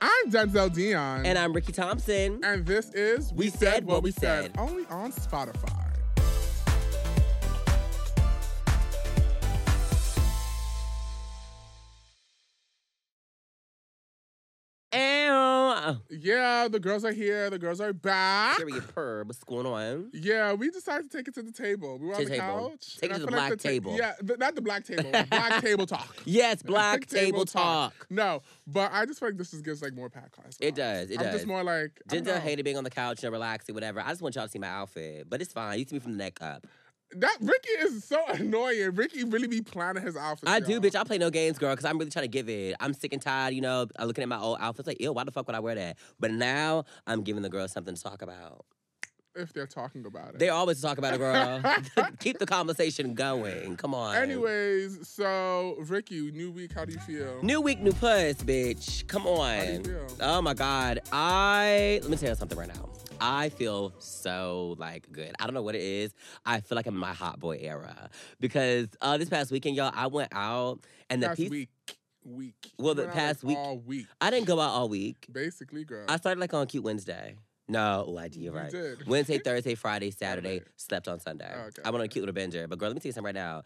I'm Denzel Dion. And I'm Ricky Thompson. And this is We, said, What We said, only on Spotify. Ow. Yeah, the girls are here. The girls are back. Period. Purr. What's going on? Yeah, we decided to take it to the table. We were To on the the table. couch. Take and it I to the feel black ta- table. Yeah, th- not the black table. black table talk. Yes, Black Table Talk. No, but I just feel like this just gives like more pat class. It does, it I'm does. just more like I don't Ginger know. hated being on the couch and relaxing, whatever. I just want y'all to see my outfit, but it's fine. You see me from the neck up. That Ricky is so annoying. Ricky really be planning his outfits. I do, y'all. bitch. I play no games, girl, because I'm really trying to give it. I'm sick and tired, you know, of looking at my old outfits like, ew, why the fuck would I wear that? But now I'm giving the girls something to talk about. If they're talking about it. They always talk about it, girl. Keep the conversation going. Come on. Anyways, so Ricky, new week. How do you feel? New week, new puss, bitch. Come on. How do you feel? Oh my God. I let me tell you something right now. I feel so like good. I don't know what it is. I feel like I'm in my hot boy era because uh, this past weekend, y'all, I went out and the past piece. week. Week. Well, You the went out, like, past week- All week. I didn't go out all week. Basically, girl. I started like on Cute Wednesday. No, oh, I did, you're You right. did. Wednesday, Thursday, Friday, Saturday, Alright. slept on Sunday. Oh, okay, I went on a okay. cute little binger. But girl, let me tell you something right now.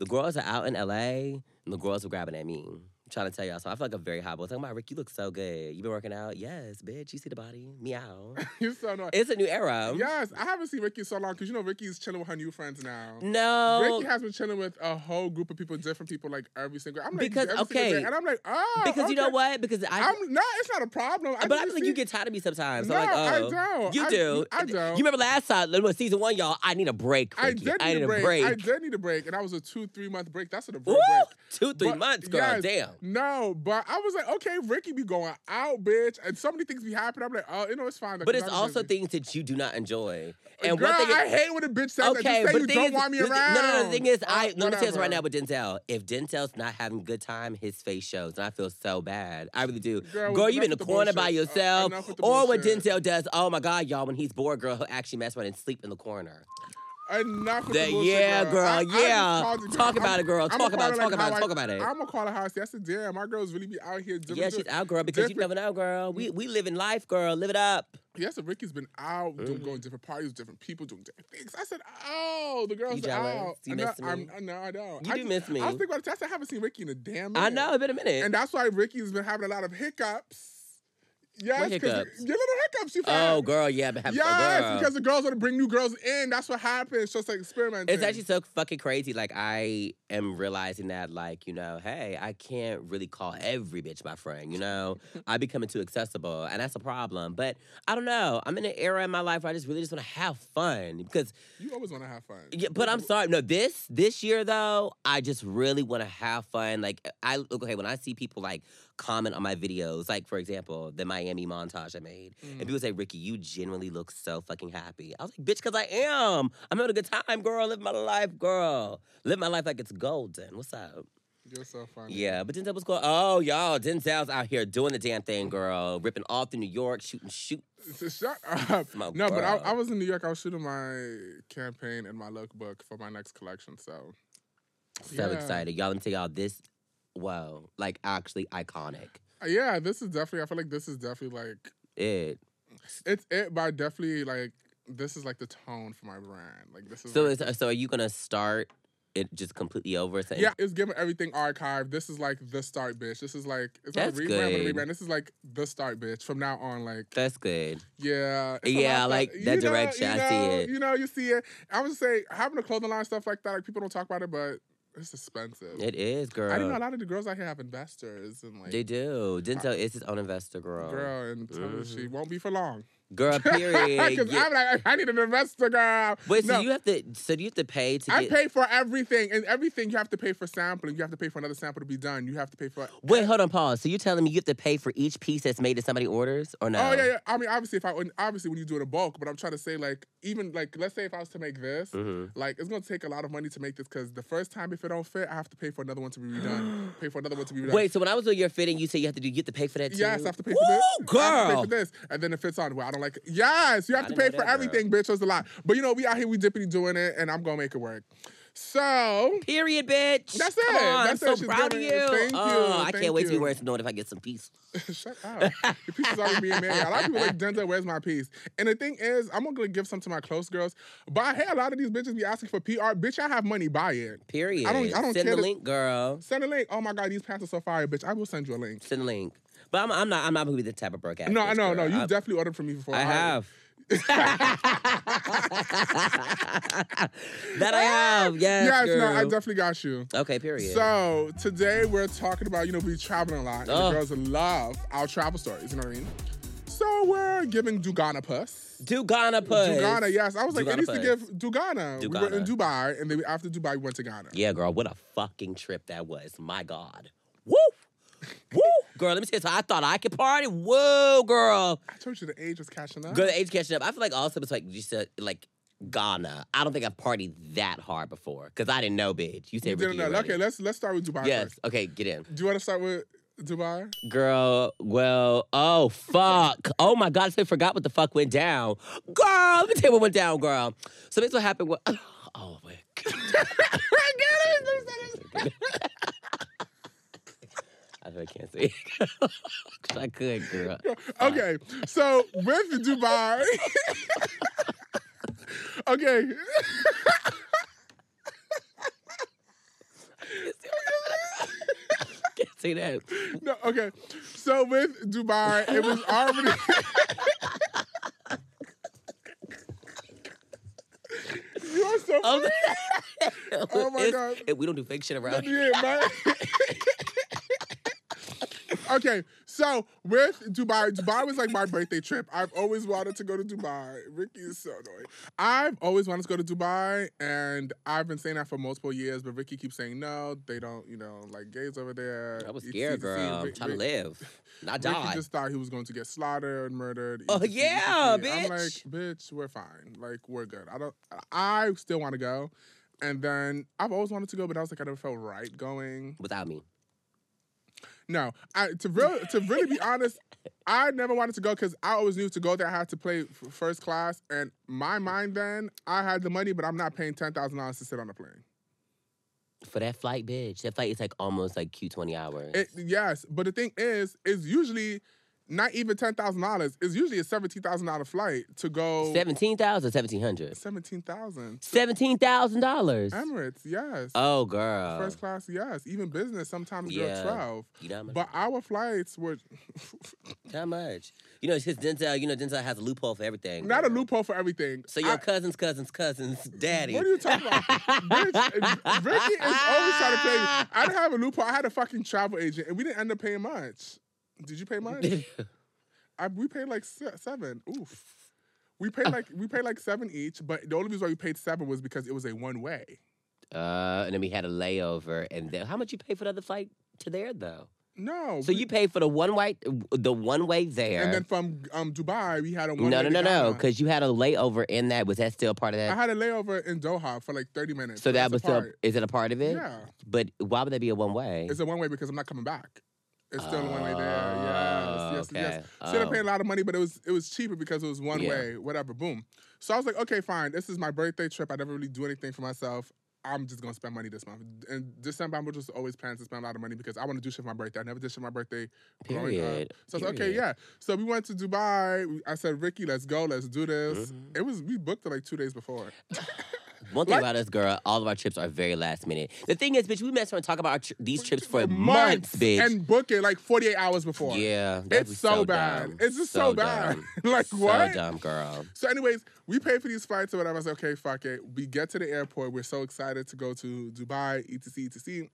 The girls are out in LA and the girls were grabbing at me. I'm trying to tell y'all. So I feel like I'm very hot. But I'm talking about Rick, you look so good. You been working out? Yes, bitch. You see the body? Meow. You're so annoying. it's a new era. Yes, I haven't seen Ricky in so long because you know Ricky's chilling with her new friends now. No. Ricky has been chilling with a whole group of people, different people, like every single. I'm like Because, every single okay. day, and I'm like, oh, because you know okay. what? Because I I'm no, it's not a problem. I but I just feel like you see- get tired of me sometimes. No, I'm like, I oh, don't. You I- do. I don't. You remember last time, look, season one, y'all? I need a break. I Ricky. did need, need a break. break. I did need a break, and I was a two, three month break. That's what a Woo! real break. Two, three But- months, girl. yes. Damn. No, but I was like, okay, Ricky be going out, bitch, and so many things be happening. I'm like, oh, you know, it's fine. But it's also things. things that you do not enjoy. And And Girl, one thing I hate when a bitch says okay, that. You say but you the thing don't is- want me the around. thing- No, no, no. The thing is, I Oh, let me tell you this right whatever. now with Denzel. If Denzel's not having a good time, his face shows, and I feel so bad. I really do. Girl, Girl, enough you in the with the corner by bullshit. Uh, yourself, enough with the or what bullshit. Denzel does. Oh my God, y'all, when he's bored, girl, he'll actually mess around and sleep in the corner. Enough with That- the bullshit, yeah, girl, I- I just yeah. called you, Talk about it, girl. I'ma Talk call about it, her talk about it, how I- talk about it. I'ma call her how I see. I said, damn, our girls really be out here. Doing Yeah, she's out, girl, because you different- never know, girl. We we live in life, girl. Live it up. Yes, and Ricky's been out doing, Mm. going to different parties, different people, doing different things. I said, oh, the girls You are jealous? out. You And miss I, me? I'm, no, I don't. You I do miss me. I was thinking about it. I said, I haven't seen Ricky in a damn minute. I know. It's been a minute. And that's why Ricky's been having a lot of hiccups. Yes, 'cause hiccups? Your little hiccups you've had. oh, girl, yeah, but have Yes, girl. because the girls want to bring new girls in. That's what happens. So it's like experimenting. It's actually so fucking crazy. Like I am realizing that, like you know, hey, I can't really call every bitch my friend. You know, I becoming too accessible, and that's a problem. But I don't know. I'm in an era in my life where I just really just want to have fun because. you always want to have fun. Yeah, but I'm sorry. No, this this year though, I just really want to have fun. Like I okay, when I see people like comment on my videos, like for example, the Miami montage I made, Mm, and Mm-hmm. people say, "Ricky, you genuinely look so fucking happy." I was like, "Bitch, cause I am. I'm having a good time, girl. Live my life, girl. Live my life like it's golden. What's up?" You're so funny. Yeah, but Denzel was going. Oh, y'all, Denzel's out here doing the damn thing, girl. Ripping off through New York, shooting shoot. So shut up. My no, but I, girl. I was in New York. I was shooting my campaign and my lookbook for my next collection. So So Yeah. excited, y'all. Let me tell y'all this. Whoa, like actually iconic. uh, yeah, this is definitely. I feel like this is definitely like It. it's it, but I definitely like this is like the tone for my brand. Like this is. So like- is so are you gonna start it just completely over? So yeah, it's giving everything archived. This is like the start, bitch. This is like it's not That's a rebrand, but a good. rebrand. This is like the start, bitch. From now on, like that's good. Yeah. it's a Yeah, lot of like, stuff. that You know- direction, You I know, see it. You know, you see it. I would say having a clothing line stuff like that, like people don't talk about it, but it's expensive. It is, girl. I didn't know a lot of the girls out here have investors and like They do. Denzel is his own investor, girl. Girl, girl and tell her she won't be for long. period. Because yeah. I'm like, I need an investor, girl. Wait, so No, you have to. So do you have to pay to I get. pay for everything, and everything you have to pay for sampling. You have to pay for another sample to be done. You have to pay for. e-, oh, Wait, hold on, pause. So you're telling me you have to pay for each piece that's made that somebody orders, or no? Oh yeah, yeah. I mean, obviously, if I obviously when you do it in bulk, but I'm trying to say like even like let's say if I was to make this, Mhm. like it's gonna take a lot of money to make this because the first time if it don't fit, I have to pay for another one to be redone. pay for another one to be redone. Wait, so when I was doing your fitting, you said you have to do. You have to pay for that too. Yes, I have to pay for Woo, this. girl. I have to pay for this, and then it fits on. Well, I don't like it. Yes, you have I to didn't pay know for that, girl. everything, bitch. It's a lot, but you know we out here, we dippity doing it, and I'm gonna make it work. So Period, bitch. That's Come it. On, That's I'm it. so She's proud of doing you. it. Thank you. oh, I can't Thank wait to be you. wearing some note if I get some peace. shut up. Your piece is already being made. A lot of people like Denzel, where's my piece? And the thing is, I'm gonna give some to my close girls. But I hear a lot of these bitches be asking for PR. Bitch, I have money, buy it. Period. I don't- I don't Send care the to- link, girl. Send a link. Oh my god, these pants are so fire, bitch. I will send you a link. Send the link. But I'm, I'm not. I'm not gonna be the type of broke ass. No, bitch, no, no. girl. You I, definitely ordered from me before. I All right. have. that I have. Yes. Yes, no, girl. I definitely got you. Okay. Period. So today we're talking about, you know, we traveling a lot. And Ugh. the girls love our travel stories, you know what I mean? So we're giving Dugana Puss. Dugana puss. Dugana, yes. I was like, Dugana it needs to Puss. give Dugana. We were in Dugana. Dubai, and then after Dubai, we went to Ghana. Yeah, girl, what a fucking trip that was. My God. Woo! Woo! Girl, let me tell you, something. I thought I could party. Whoa, girl. I told you the age was catching up. Girl, the age catching up. I feel like also it's like you said, like Ghana. I don't think I've partied that hard before because I didn't know, bitch. You You said didn't Ricky know. already. Okay, let's let's start with Dubai Yes. first. Okay, get in. Do you want to start with Dubai? Girl, well, oh, fuck. oh my God, I totally forgot what the fuck went down. Girl, let me tell you what went down, girl. So, this what happened. wa- Oh, my God. I really can't say. I could, girl. Okay, so with Dubai. okay, can't say that. no, okay. So with Dubai, it was already. you are so. Oh, Oh my It's- God. it- we don't do fake shit around here. Yeah, my- okay, so with Dubai, Dubai was like my birthday trip. I've always wanted to go to Dubai. Ricky is so annoying. I've always wanted to go to Dubai, and I've been saying that for multiple years, but Ricky keeps saying no. They don't, you know, like gays over there. I was It's scared, easy to see. girl. I'm Rick- trying to Rick- live. Not Ricky die. just thought he was going to get slaughtered, murdered. Oh, easy to see, easy to yeah, see. I'm like, bitch. bitch, we're fine. Like, we're good. I don't. I still want to go, and then I've always wanted to go, but I was like, I never felt right going. Without me. No, I, to real, to really be honest, I never wanted to go because I always knew to go there I had to play f- first class, and my mind then I had the money, but I'm not paying ten thousand dollars to sit on a plane. For that flight, bitch. That flight is like almost like Q20 hours. It, yes, but the thing is, is usually not even ten thousand dollars. It's usually a seventeen thousand dollar flight to go. 17000 1700 Seventeen thousand. $17,000. Emirates, yes. Oh, girl. First class, yes. Even business, sometimes girl Yeah. twelve. You know how much? But our flights were how much? You know, it's his Denzel, you know, Denzel has a loophole for everything. not a girl. loophole for everything. uh, So your I- cousin's cousin's cousin's daddy. What are you talking about? Bitch, Ricky is always trying to play me. I didn't have a loophole. I had a fucking travel agent, and we didn't end up paying much. Did you pay much? I, we paid like se- seven. Oof. We paid like we paid like seven each, but the only reason why we paid seven was because it was a one way. Uh, and then we had a layover, and then how much you pay for the other flight to there though? No. So Oh, we- you paid for the one way, the one way there. and then from um, Dubai we had a one no, way no, to no, no, Ghana. because you had a layover in that. Was that still part of I that? had a layover in Doha for like thirty minutes. So but that that's was a still. part. Is it a part of it? Yeah, But why would that be a one way? it's a one way because I'm not coming back. It's still a one way there. Yes, yes, Oh, okay. yes. Should have Oh. paid a lot of money, but it was it was cheaper because it was one Yeah. way, whatever. Boom. So I was like, okay, fine. This is my birthday trip. I never really do anything for myself. I'm just gonna spend money this month. And December, I'm just always planning to spend a lot of money because I want to do shit for my birthday. I never did shit for my birthday. growing up. Period. So I was okay, Period. yeah. So we went to Dubai. We- I said, Ricky, let's go, let's do this. Mhm. It was we booked it like two days before. One thing Like- about us, girl, all of our trips are very last minute. The thing is, bitch, we mess around and talk about our tr- these trips for months, bitch. and book it like 48 hours before. yeah, that'd be It's so, bad. dumb. It's just so, bad. dumb. like so what? dumb, girl. So, anyways, we paid for these flights or whatever. I said, okay, fuck it. We get to the airport. We're so excited to go to Dubai, etc., etc.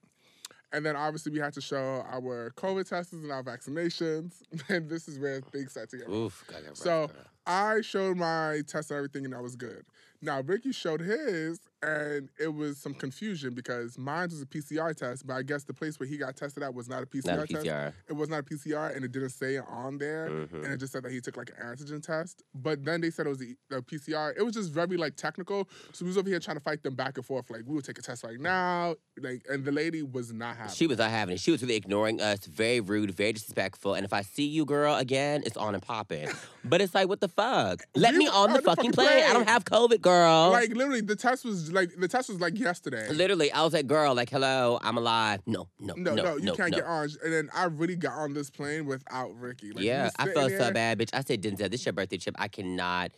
And then obviously we had to show our COVID tests and our vaccinations. And this is where things start to get. rough. Oof, God, that So rough, girl. I showed my test and everything, and I was good. Now Ricky showed his, and it was some confusion because mine was a PCR test, but I guess the place where he got tested at was not a PCR not a test. PCR. It was not a PCR, and it didn't say it on there Mhm. and it just said that he took like an antigen test. But then they said it was a, a PCR. It was just very like technical. So we was over here trying to fight them back and forth. Like we will take a test right now. Like and the lady was not happy. She was not having it. She was really ignoring us, very rude, very disrespectful. And if I see you, girl, again, it's on and popping. But it's like, what the fuck? Let We me were on the fucking plane. I don't have COVID, girl. like literally the test was like the test was like yesterday. Literally, I was like, girl, like, hello, I'm alive. No, no, No, no, no, you can't get orange. And then I really got on this plane without Ricky. Like, we yeah, was I sitting felt so there. bad, bitch. I said, Denzel, this your birthday trip. I cannot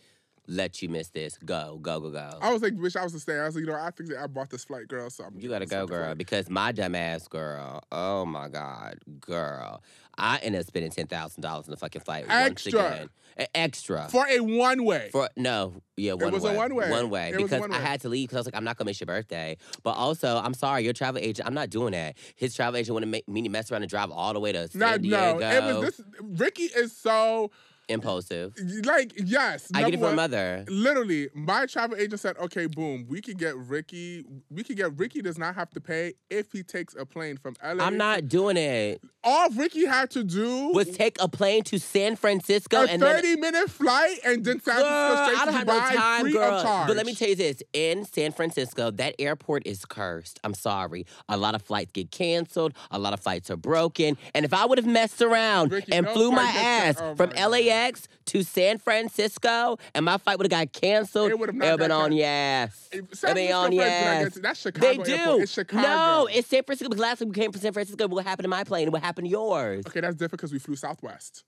let you miss this. Go, go, go, go. I was like, wish I was to stay. I was like, you know, I think that I bought this flight, girl. So I'm You gotta go, girl, because my dumb ass girl. Oh my god, girl, I ended up spending ten thousand dollars on the fucking flight once Extra. again. E- Extra For a one way. For- no, yeah, one was a way, one-way. one way, It was a because I one-way. had to leave because I was like, I'm not gonna miss your birthday. But also, I'm sorry, your travel agent. I'm not doing that. His travel agent wouldn't make me to mess around and drive all the way to San no, Diego. no. It was this. Ricky is so impulsive. like yes. I get it number one. from mother. Literally, my travel agent said, "Okay, boom, we could get Ricky. We could get Ricky does not have to pay if he takes a plane from LA. I'm not doing it. All Ricky had to do Was take a plane to San Francisco a and then 30 minute flight and then San Girl, Francisco I straight don't to have no Dubai time, free of girl. charge. But let me tell you this: in San Francisco, that airport is cursed. I'm sorry. A lot of flights get canceled. A lot of flights are broken. And if I would have messed around Ricky, and no flew my flight gets- ass oh from my God. LAX to San Francisco, and my flight would have got canceled, It would have not been got on can- your ass. San It'd been Francisco on your flights do not ass. get to- That's Chicago. They do. Airport. It's Chicago. No, it's San Francisco because last time we came from San Francisco, what happened to my plane? What happened to yours? okay. That's different because we flew Southwest.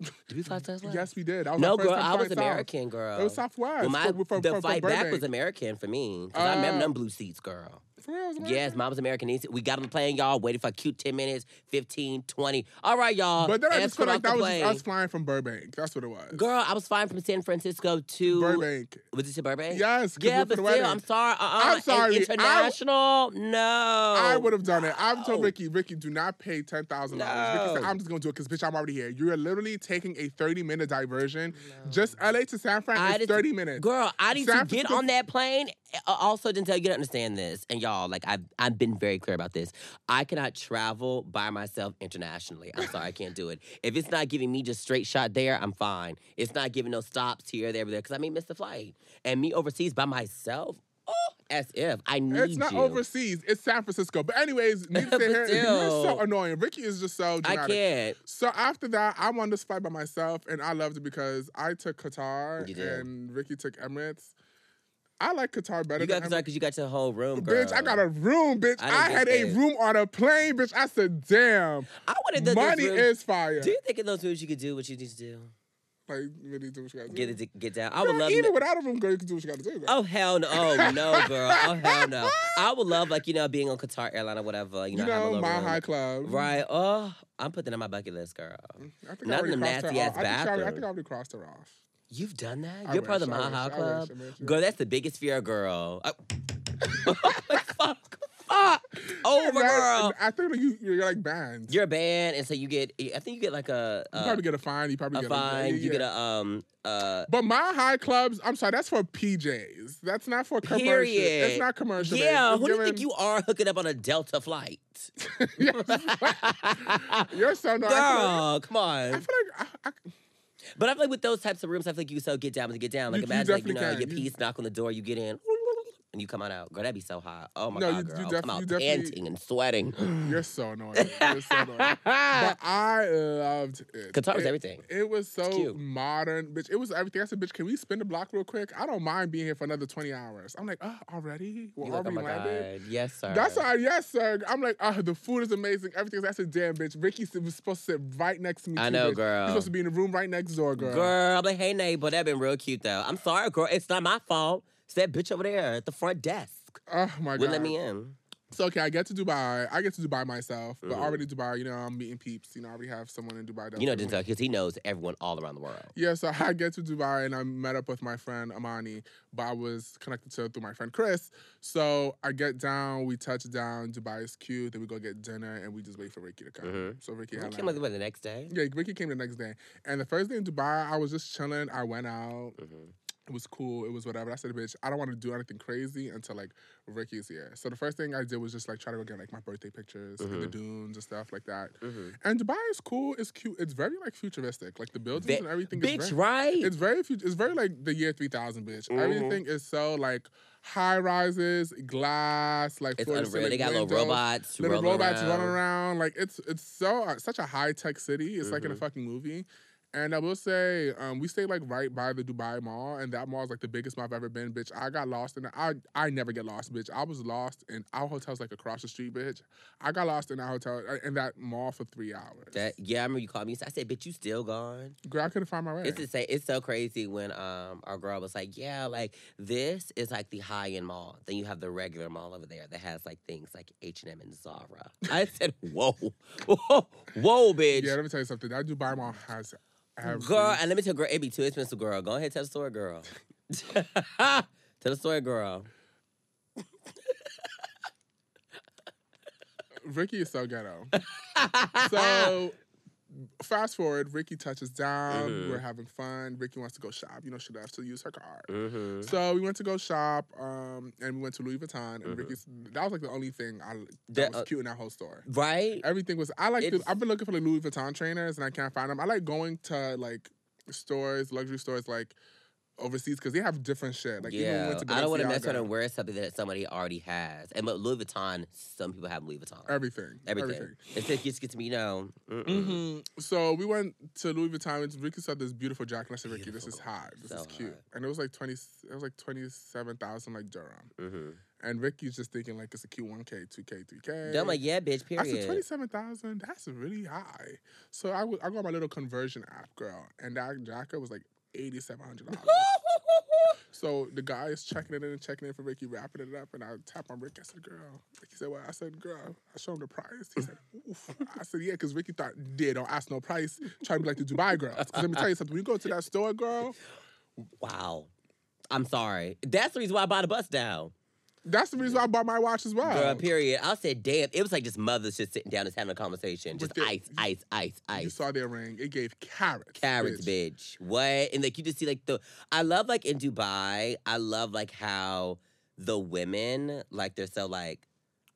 Did we fly Southwest? Yes, we did. That was No, our first girl, time I was flying south. American, girl. It was Southwest. Well, my, from, from, the from, flight from back was Burbank. American for me. 'cause I remember Uh, them blue seats, girl. For real, it was American. Yes, mine was American. They said- We got on the plane, y'all, waited for a cute 10 minutes, 15, 20. All right, y'all. But then I ass just feel come like off that the was just plane. us flying from Burbank. That's what it was. Girl, I was flying from San Francisco to. Burbank. Was it to Burbank? Yes. 'cause Yeah, we're for but the still, wedding. I'm sorry. Uh, uh, I'm sorry. I- International? no. I would have done it. I've told Oh, No. Ricky, Ricky, do not pay ten thousand dollars. Ricky said, No. I'm just gonna do it because bitch, I'm already here. You are literally taking a thirty minute diversion. Just LA to San I Fran is just- thirty minutes. Girl, I need San to get Francisco- on that plane. Uh, Also, Denzel, you don't understand this, and y'all, like I've I've been very clear about this. I cannot travel by myself internationally. I'm sorry, I can't do it. If it's not giving me just straight shot there, I'm fine. It's not giving no stops here, there, there, because I may miss the flight. And me overseas by myself, oh, as if I need it's not you. overseas. It's San Francisco. But anyways, need to But sit here. You're so still. annoying. Ricky is just so. Dramatic. I can't. So after that, I'm on this flight by myself, and I loved it because I took Qatar You did. and Ricky took Emirates. I like Qatar better You got than because you got your whole room, girl. Bitch, I got a room, bitch. I didn't I, get had a that. room on a plane, bitch. I said, damn, I wanted the money is fire. Do you think in those rooms you could do what you need to do? Like, really do what you gotta do. Get it, get down. I would Girl, love even to- without a room, girl, you can do what you gotta do. girl. Oh hell no! Oh no, girl! Oh hell no! I would love like you know being on Qatar Airline or whatever. You you know, have a know, little my room. high club. Right? Oh, I'm putting that on my bucket list, girl. I think Not I already in the crossed her nasty-ass off. I think, she already- I bathroom. think I already crossed her off. You've done that. I You're part wish, of the I Mile wish, High I wish, Club, I wish, I girl. That's the biggest fear, girl. Oh. fuck, fuck, over, Yeah, right? girl. I think you, you're like banned. You're banned, and so you get. I think you get like a you a, probably get a fine. You probably a get fine. yeah, You get yeah. a um. Uh, But my high clubs, I'm sorry, that's for PJs. That's not for commercial. Period. It's not commercial. yeah, It's who do you think given- you are hooking up on a Delta flight? You're so no. I Girl, come feel, I on. feel like I, I, But I feel like with those types of rooms, I feel like you so get down to get down. Like You- you imagine like you know definitely can. your You- piece knock on the door, you get in, and you come on out. Girl, that'd be so hot. Oh my No, god, you- you girl, def- I'm you out definitely- panting and sweating. you're so annoying. You're so annoying. But I loved it. Qatar was It- everything. It was so cute. modern, bitch. It was everything. I said, bitch, can we spin the block real quick? I don't mind being here for another 20 hours. I'm like, oh, already? We're You're like, oh already my landed? god, yes sir. That's all, yes, sir. I'm like, oh, the food is amazing. Everything's. I said, damn, bitch. Ricky was supposed to sit right next to me. I too, know, bitch. girl. He's supposed to be in the room right next door, girl. girl. I'm like, hey neighbor, that been real cute though. I'm sorry, girl, it's not my fault. It's that bitch over there at the front desk. Oh my Wouldn't god. let me in. So okay, I get to Dubai. I get to Dubai myself, but Mhm. already Dubai. You know, I'm meeting peeps. You know, I already have someone in Dubai. that You know I'm Denzel, because he knows everyone all around the world. Yeah, so I get to Dubai and I met up with my friend Amani, but I was connected to her through my friend Chris. So I get down, we touch down, Dubai is cute, then we go get dinner and we just wait for Ricky to come. Mhm. So Ricky Yeah, had came like- like what, the next day. yeah, Ricky came the next day. And the first day in Dubai, I was just chilling. I went out. Mhm. It was cool. It was whatever. I said, bitch, I don't want to do anything crazy until like Ricky's here. So the first thing I did was just like try to go get like my birthday pictures in the Mhm. dunes and stuff like that. Mhm. And Dubai is cool. It's cute. It's very like futuristic. Like the buildings Ve- and everything. is Bitch, very- right? it's very fut- it's very like the year three thousand, bitch. Mhm. Everything is so like high rises, glass, like It's floor to unreal. ceiling They got little windows, robots, little rolling robots around. running around. Like it's it's so uh, such a high tech city. It's like in a Mhm. fucking movie. And I will say, um, we stayed like right by the Dubai Mall, and that mall is like the biggest mall I've ever been, bitch. I got lost in it. I I never get lost, bitch. I was lost in our hotel's like across the street, bitch. I got lost in our hotel uh, in that mall for three hours. That, yeah, I remember you called me. I said, "Bitch, you still gone?" Girl, I couldn't find my way. It's insane. It's so crazy when um our girl was like, "Yeah, like this is like the high end mall. Then you have the regular mall over there that has like things like H and M and Zara." I said, "Whoa, whoa, whoa, bitch." yeah, let me tell you something. That Dubai Mall has every Girl, and let me tell you, girl, it be too expensive, girl. Go ahead, tell the story, girl. tell the story, girl. Ricky is so ghetto. so fast forward, Ricky touches down. Mhm. We're having fun. Ricky wants to go shop. You know, she loves to use her card. hmm So we went to go shop, um, and we went to Louis Vuitton, and Mhm. Ricky's. That was like the only thing I that, That- uh, was cute in that whole store. Right? Everything was. I like. To, It's- I've been looking for the Louis Vuitton trainers, and I can't find them. I like going to like stores, luxury stores, like overseas, because they have different shit. Like even when we yeah. went to I don't want to mess Balenciaga, around and wear something that somebody already has. And but Louis Vuitton, some people have Louis Vuitton. Everything. everything. everything. It's like, just gets me, you know. mm-mm. hmm So we went to Louis Vuitton. And Ricky saw this beautiful jacket. And I said, Ricky, this is Beautiful. hot. This So is cute. hot. And it was like twenty. It was like twenty seven thousand, like dirham. Mhm. And Ricky's just thinking like it's a Q one K, two K, three K. Then I'm like, yeah, bitch, I said twenty period. seven thousand. That's really high. So I w- I got my little conversion app, girl, and that jacket was like eighty seven hundred dollars. so the guy is checking it in and checking it for Ricky, wrapping it up, and I tap on Ricky. I said, "Girl," he said, "Well," I said, "Girl," I showed him the price. He said, Oof. "I said, yeah," because Ricky thought, "Did don't ask no price." Trying to be like the Dubai girls. 'Cause let me tell you something. When you go to that store, girl, wow. I'm sorry. That's the reason why I bought a bus down. that's the reason why I bought my watch as well. Girl, period. I said, damn. It was like just mothers just sitting down and having a conversation. With Just the- ice, ice, ice, You ice. saw their ring. It gave carrots. Carrots, bitch. What? And like you just see like the I love like in Dubai, I love like how the women, like they're so like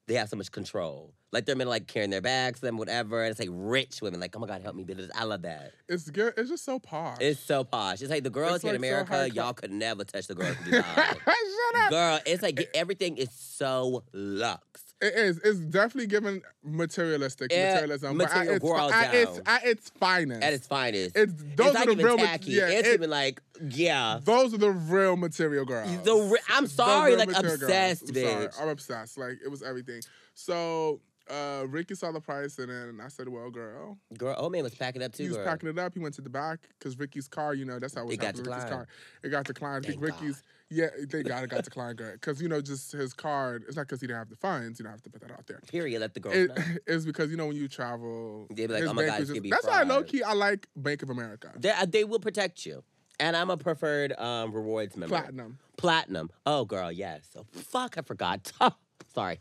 they have so much control. Like they're men like carrying their bags, them whatever. And it's like rich women, like, oh my god, help me. blah, blah, blah. I love that. It's good. It's just so posh. It's so posh. It's like the girls It's, here in like, so America, high cla- y'all could never touch the girls in Dubai. Shut up. Girl, it's like everything is so luxe. It is. It's definitely given materialistic Yeah, materialism, material but girl at its, down. fi- at its at its finest. At its finest. it's those it's not are the even real. ma- tacky. Yeah, it's it- even like, yeah. those are the real material girls. The re- I'm The sorry, real like material girls. obsessed, I'm bitch. Sorry. I'm obsessed. Like it was everything. So uh, Ricky saw the price, and then I said, "Well, girl, Girl, old man was packing up too. he was girl. packing it up. He went to the back because Ricky's car, you know, that's how it was It got happening with Ricky's car. declined. It got declined. I think Thank God. Ricky's, yeah, they got it got declined, girl, because you know, just his card. It's not because he didn't have the funds. You don't have to put that out there. Period. Let the girls It know. is because you know when you travel, Oh, They be like, his "Oh my bank God, was it's gonna just- be that's why fraud." low key I like Bank of America They, uh, they will protect you. And I'm a preferred um, rewards member. platinum. Platinum. Oh, girl, yes. Oh, fuck, I forgot. Sorry.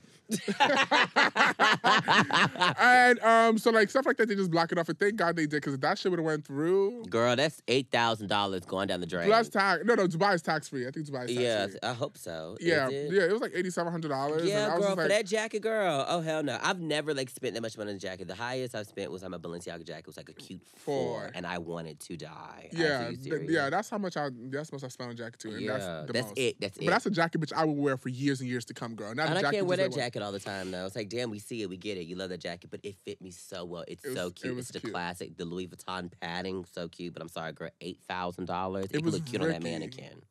and um, so like stuff like that, they just block it off. And thank God they did because that shit would have went through. Girl, that's $8,000 going down the drain. Plus tax. No, no, Dubai is tax free. I think Dubai is tax yes, free. I hope so. Is Yeah, it? yeah, it was like eighty seven hundred dollars. and I Yeah, was girl, just like, for that jacket, girl. Oh hell no, I've never like spent that much money on a jacket. The highest I've spent was on my Balenciaga jacket. It was like a cute four, Four. and I wanted to die. Yeah, I th- yeah, that's how much I that's how much I spend on jacket too, and yeah. that's the most. it. That's But it. that's a jacket bitch I would wear for years and years to come, girl. Not a And I jacket can't wear that just like- jacket all the time though. It's like, damn, we see it, we get it. You love that jacket, but it fit me so well. It's It so was- cute. it was it's the cute. classic, the Louis Vuitton padding, so cute. But I'm sorry, girl, eight thousand dollars. It, could was look cute on that Ricky. mannequin.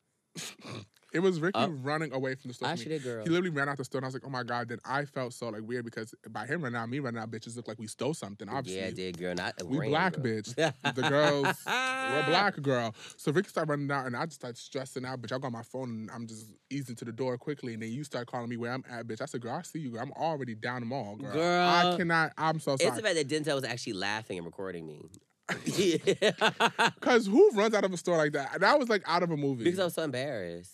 It was Ricky Uh, running away from the store. I for me. should have, girl. He literally ran out the store, and I was like, "Oh my god!" Then I felt so like weird because by him running out, me running out, bitches look like we stole something. Obviously, yeah, I did, girl. Not we black bitch. The girls, we're black girl. So Ricky started running out, and I just started stressing out. Bitch, I got my phone, and I'm just easing to the door quickly. And then you start calling me where I'm at, bitch. I said, "Girl, I see you. Girl. I'm already down the mall, girl. I Girl. cannot. I'm so sorry." It's the fact that Denzel was actually laughing and recording me. Cause who runs out of a store like that? That was like out of a movie. because I was so embarrassed.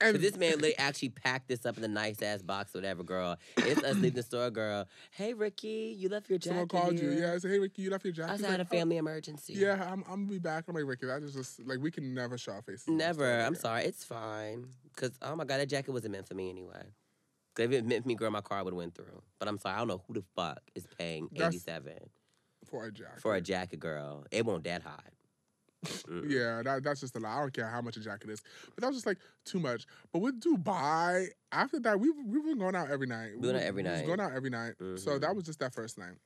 and But this man literally actually packed this up in a nice ass box, whatever, girl. It's us leaving the store, girl. Hey, Ricky, you left your someone jacket. called you. here. Yeah, I said, "Hey Ricky, you left your jacket." I He's said I like, had a "Oh, family emergency. Yeah, I'm, I'm gonna be back. I'm like Ricky. That is just like we can never show our faces. in the store Never. I'm again." sorry. It's fine. Cause oh my god, that jacket wasn't meant for me anyway. 'Cause if it meant for me, girl, my car would have went through. But I'm sorry. I don't know who the fuck is paying That's- 87 For a jacket. for a jacket, girl. It won't that hot. Mm. Yeah, that, that's just a lie. I don't care how much a jacket is, but that was just like too much. But with Dubai, after that, we we were going out every night. We went out were- every we was night. going out every night. So Mhm. that was just that first night.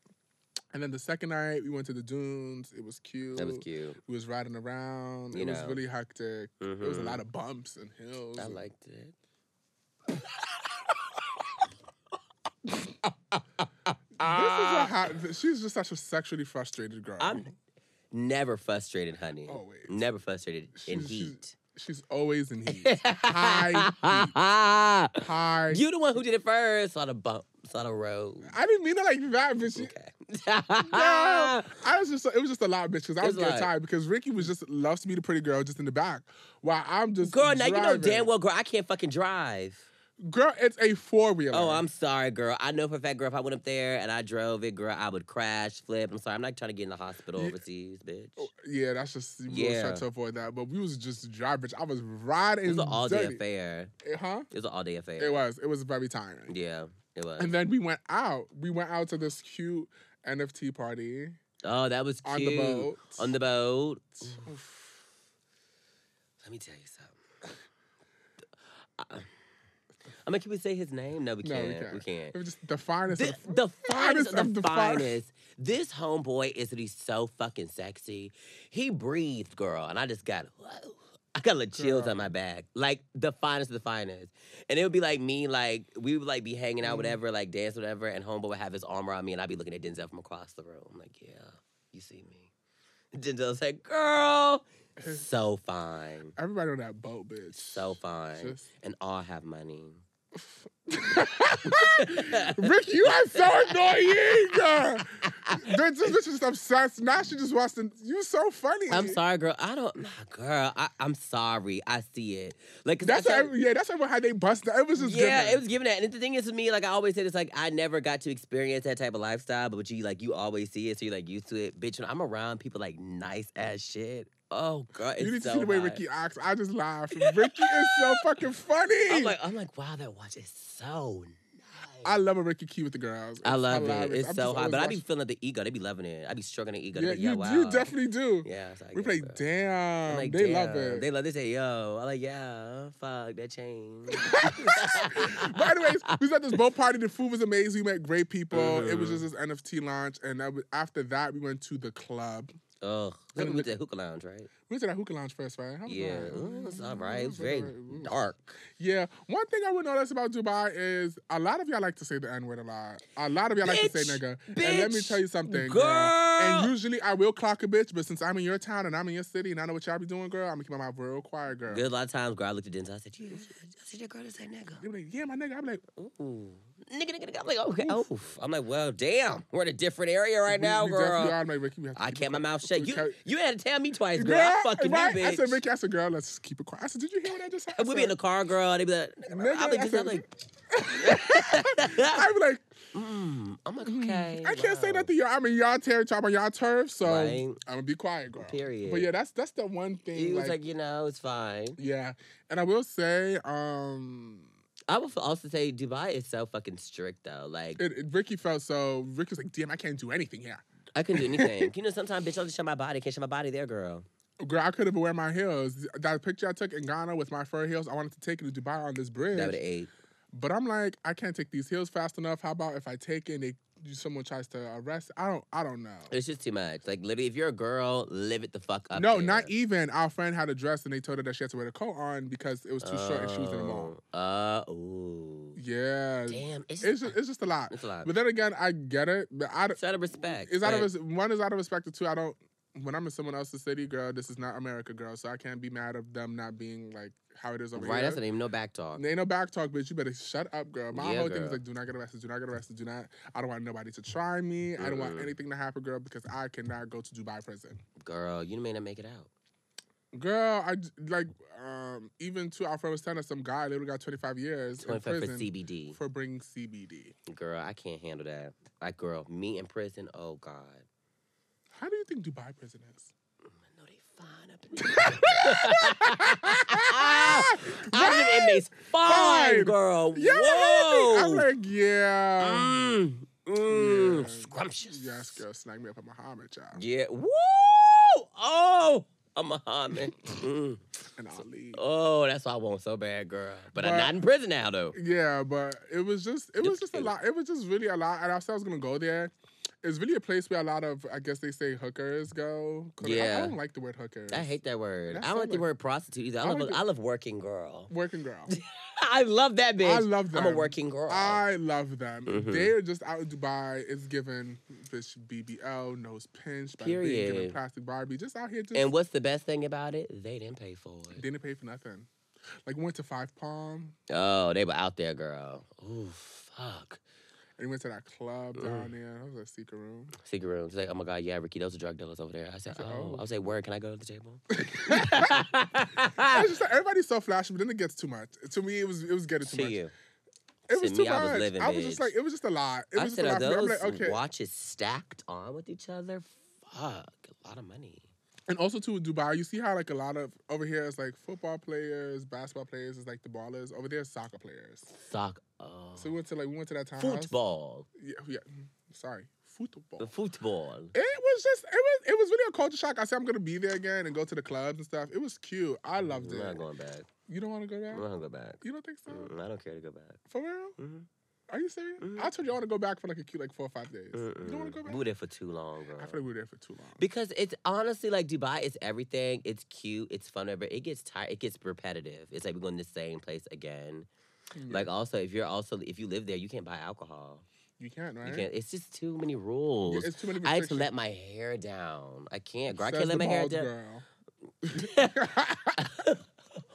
And then the second night we went to the dunes. It was cute. That was cute. We was riding around. You it was know. really hectic. There was a Mhm. lot of bumps and hills. I and- liked it. This is a hot. She's just such a sexually frustrated girl. Ah. I'm never frustrated, honey. Always. Never frustrated in She's- she's- heat. She's always in heat. High Hi. you the one who did it first. Saw the bump, saw the road. I didn't mean it like that, bitch. You- Okay. Ah! Girl, I was just, it was just a lot, bitch, because I It was was a getting lot. tired because Ricky was just loves to be the pretty girl just in the back while I'm just. Girl, now you know damn driving. well, girl, I can't fucking drive. Girl, it's a four wheeler. Oh, I'm sorry, girl. I know for a fact, girl, if I went up there and I drove it, girl, I would crash, flip. I'm sorry, I'm not trying to get in the hospital Ye- overseas, bitch. Oh, Yeah, that's just you yeah. Yeah. trying to avoid that. But we was just driving. bitch. I was It riding. was an all day dirty. affair. Eh, Huh? It was an all day affair. It was. It was very tiring. Yeah, it was. And then we went out. We went out to this cute NFT party oh, that was on cute. the boat. On the boat. Oof. Let me tell you something. I, I mean, can we say his name? No, we No, can't. we we can't. can't. It was just the finest. Thi- of- the finest of of the the fin- finest. This homeboy is that he's so fucking sexy. He breathed, girl, and I just got whoa. I got like chills Girl. on my back. Like the finest of the finest. And it would be like me, like we would like be hanging out, Mm. whatever, like dance, whatever, and homeboy would have his arm around me and I'd be looking at Denzel from across the room. like, yeah, you see me. Denzel's like, girl, so fine. Everybody on that boat, bitch. So fine. Just- And all have money. Rick, you are so annoying. girl. this, this bitch is just obsessed. Now she just wants to. You're so funny. I'm sorry, girl. I don't, nah, girl. I, I'm sorry. I see it. Like, 'cause That's I why, tried- every- yeah. That's why how they bust. It was just yeah, different. it was given that. And the thing is, with me, like I always said, it's like I never got to experience that type of lifestyle. But you, like, you always see it, so you're like used to it, bitch. When I'm around people like nice ass shit, oh god, it's You need so to see the way hot. Ricky acts. I just laugh. Ricky is so fucking funny. I'm like, I'm like, wow, that watch is so nice. I love a Ricky Key with the girls. I love it. hilarious. It's I'm so just hot. always But I be watching- feeling the ego. They be loving it. I be struggling the ego. They Yeah, be like, you, yo, you wow. definitely do. Yeah, so I we get play it, bro. damn. I'm like, Um, they love damn. it. They love. They say, yo. I'm like, yeah. Fuck that change. but anyways, we was at this boat party. The food was amazing. We met great people. It was Mhm. just this NFT launch, and that was, after that, we went to the club. Ugh. And Look, we the- went to hookah lounge, right? We went to that hookah lounge first, right? How was Yeah, Oh, that? it was all right. It was very Mm. dark. Yeah. One thing I would notice about Dubai is a lot of y'all like to say the N word a lot. A lot of y'all like to say Bitch, nigga. and let me bitch, tell you something, girl. girl. And usually I will clock a bitch, but since I'm in your town and I'm in your city and I know what y'all be doing, girl, I'm gonna keep my mouth real quiet, girl. There's a lot of times, girl, I looked at Denzel. I said, "You, I said, your girl just say nigga." They be like, yeah, my nigga. I'm like, Ooh, nigga, nigga, nigga. I'm like, okay, oof. I'm like, well, damn, we're in a different area right we- now, we girl. definitely are. I'm like, Ricky, we have to I keep it kept my quiet. mouth shut. We You, kept- you had to tell me twice, girl. I fucking knew, right? I bitch. said, Ricky, I said, girl, let's just keep it quiet. I said, did you hear what I just said? And we be in the car, girl. They be like, Nigga, nigga, I'm like, I just, I'm said- like, I'm like, mm. I'm like, okay. Mm-hmm. I can't say wow. nothing. Y'all, I'm in y'all territory. I'm on y'all turf, so Right. I'm gonna be quiet, girl. Period. But yeah, that's that's the one thing. He was like, like, you know, it's fine. yeah, and I will say, um, I would also say Dubai is so fucking strict though. Like it, it- Ricky felt so. Ricky was like, damn, I can't do anything here. I couldn't do anything. you know, sometimes bitch, I'll just show my body. Can't show my body there, girl. Girl, I could have been wearing my heels. That picture I took in Ghana with my fur heels, I wanted to take it to Dubai on this bridge. That would eight. But I'm like, I can't take these heels fast enough. How about if I take it and they, someone tries to arrest? I don't, I don't know. It's just too much. Like literally, if you're a girl, live it the fuck up. No, there. not even. Our friend had a dress and they told her that she had to wear the coat on because it was too short and she was in the mall. Oh, Uh ooh. Yeah. Damn, it's It's just, it's just a lot. it's a lot. But then again, I get it. But I don't- It's out of respect. it's out of but- res- one is out of respect and two. I don't when I'm in someone else's city, girl, this is not America, girl. So I can't be mad of them not being like how it is over Right, here. that's the name. No back talk. There ain't no back talk, bitch. You better shut up, girl. My Yeah, whole thing is girl. like, do not get arrested, do not get arrested, do not. I don't want nobody to try me. I don't want Mm-mm. anything to happen, girl, because I cannot go to Dubai prison. Girl, you may not make it out. Girl, I j- like um even two our friend was telling us some guy literally got 25 years in 25 for prison CBD. for bringing CBD. Girl, I can't handle that. Like, girl, me in prison. Oh God. How do you think Dubai prison is? I know they fine up in there. I'm an inmate's fine, Fine. girl. Yeah, Whoa. I'm like, yeah. mm, mm, Yeah. Scrumptious. Yes, girl, snag me up at Muhammad, child. Yeah. Woo! Oh, I'm a hot man. Mm. And I'll leave. Oh, that's what I want so bad, girl. But, But- I'm not in prison now, though. Yeah, but it was just it was just a Different. lot. It was just really a lot. And I said I was gonna go there. Is really a place where a lot of, I guess they say hookers go. 'Cause I- I, Yeah. don't like the word hookers. I hate that word. That's I don't so like the much- word prostitute either. I I love, like it. I love working girl. Working girl. I love that bitch. I love them. I'm a working girl. I love them. Mhm. They are just out in Dubai. It's given bitch BBL, nose pinched, by being given Period. plastic Barbie. Just out here just and what's the best thing about it? They didn't pay for it. didn't pay for nothing. Like went to Five Palm Oh, they were out there, girl. Ooh, fuck. and went to that club Mm. down there. That was a secret room. Secret room. She's like, oh my God, yeah, Ricky, those are drug dealers over there. I said, I said, oh. oh. I was like, word, can I go to the table? I was just like, everybody's so flashy, but then it gets too much. To me, it was it was getting too to much. you. It was To too me, I much. was living, just bitch. like, it was just a lot. It I was just said, a are lot. for me. I'm those like, okay. watches stacked on with each other? Fuck, a lot of money. And also to Dubai, you see how like a lot of over here is like football players, basketball players, is like the ballers. Over there, it's soccer players. Sock. Oh. So we went to like we went to that townhouse. football. Yeah, yeah. mm, Sorry, football. The football. it was just it was it was really a culture shock. I said I'm gonna be there again and go to the clubs and stuff. It was cute. I loved I'm it. not going back. You don't want to go back? I'm not going to go back. You don't think so? Mm, I don't care to go back. For real? Mhm. Are you serious? Mm. I told you I want to go back for like a cute like four or five days. You don't want Mm-mm. to go back? We were there for too long, girl. I feel like we were there for too long. Because it's honestly like Dubai is everything. It's cute. It's fun. Whatever. It gets tired. It gets repetitive. It's like we're going to the same place again. Yeah. Like also, if you're also if you live there, you can't buy alcohol. you can't, right? You can't. It's just too many Yeah, rules. it's too many I had to restrictions. let my hair down. I can't. Girl, I Says can't let the my hair bald down. girl.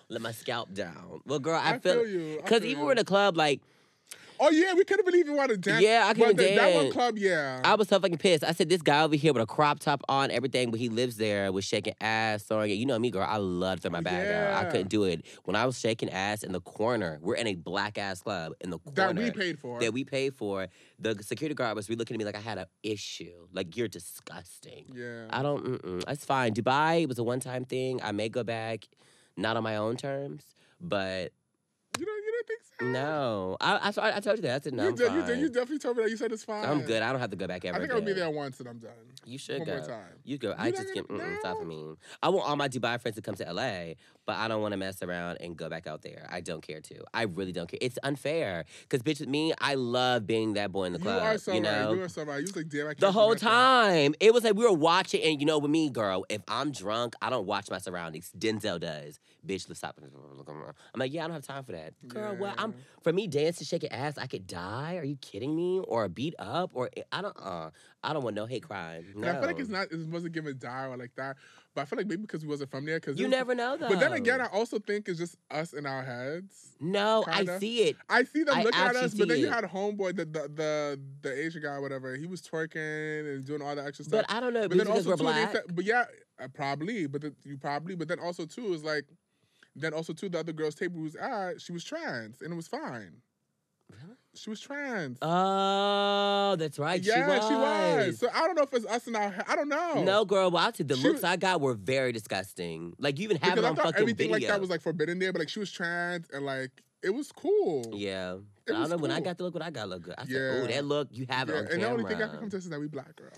Let my scalp down. Well, girl, I, I feel feel you. I because feel even you. we're in a club, like Oh yeah, we couldn't believe you wanted to dance. Yeah, I couldn't but the- That one dance. club, yeah. I was so fucking pissed. I said, this guy over here with a crop top on, everything, but he lives there, was shaking ass, throwing it. You know me, girl. I loved throwing my bag out. I Yeah. couldn't do it. When I was shaking ass in the corner, we're in a black ass club in the corner. that we paid for. that we paid for, the security guard was re-looking at me like I had an issue. Like you're disgusting. yeah. I don't. Mm-mm, that's fine. Dubai was a one-time thing. I may go back, not on my own terms, but you don't you don't think so? no. I I, so I, I told you that. I said no. Eh. you, I'm did, you, fine. did, you definitely told me that you said it's fine. I'm good. I don't have to go back ever. I think I'll be again. there once and I'm done. You should One go. more time. You go. I You just not can't. gonna- Mm-mm, stop for no. me. I want all my Dubai friends to come to LA, but I don't want to mess around and go back out there. I don't care to. I really don't care. It's unfair. Cause bitch, with me, I love being that boy in the You club. are so you know. right. You are so right. You was like, damn, I can't the do whole nothing. time, it was like we were watching, and you know, with me, girl, if I'm drunk, I don't watch my surroundings. Denzel does, bitch. Let's stop. I'm like, yeah, I don't have time for that, girl. Well, I'm Yeah. for me dancing, shaking ass. I could die. Are you kidding me? Or beat up? Or I don't. Uh, I don't want no hate crime. And I feel like it's not. It wasn't given dire or like that. But I feel like maybe because we wasn't from there. Because You never know though. But then again, I also think it's just us in our heads. no, I kinda. see it. I see them I looking at actually us, but then see you it. had homeboy, the the the, the Asian guy, or whatever. He was twerking and doing all the extra stuff. But I don't know. but then because also we're too, they black. said- but yeah, uh, probably. But the, you probably. But then also too is like, then also too the other girl's table was at. She was trans and it was fine. Really? She was trans. Oh, that's right. yeah, she was. So I don't know if it's us and our. I don't know. No, girl. Well, I said the She looks was- I got were very disgusting. Like you even have because it I on thought fucking everything like video. that was like forbidden there, but like she was trans and like it was cool. yeah. It But I don't was know. When I cool. got the look, what I got look good. I said, Yeah. oh, that look you have Yeah, it on and the camera. only thing I can come to is that we black girl.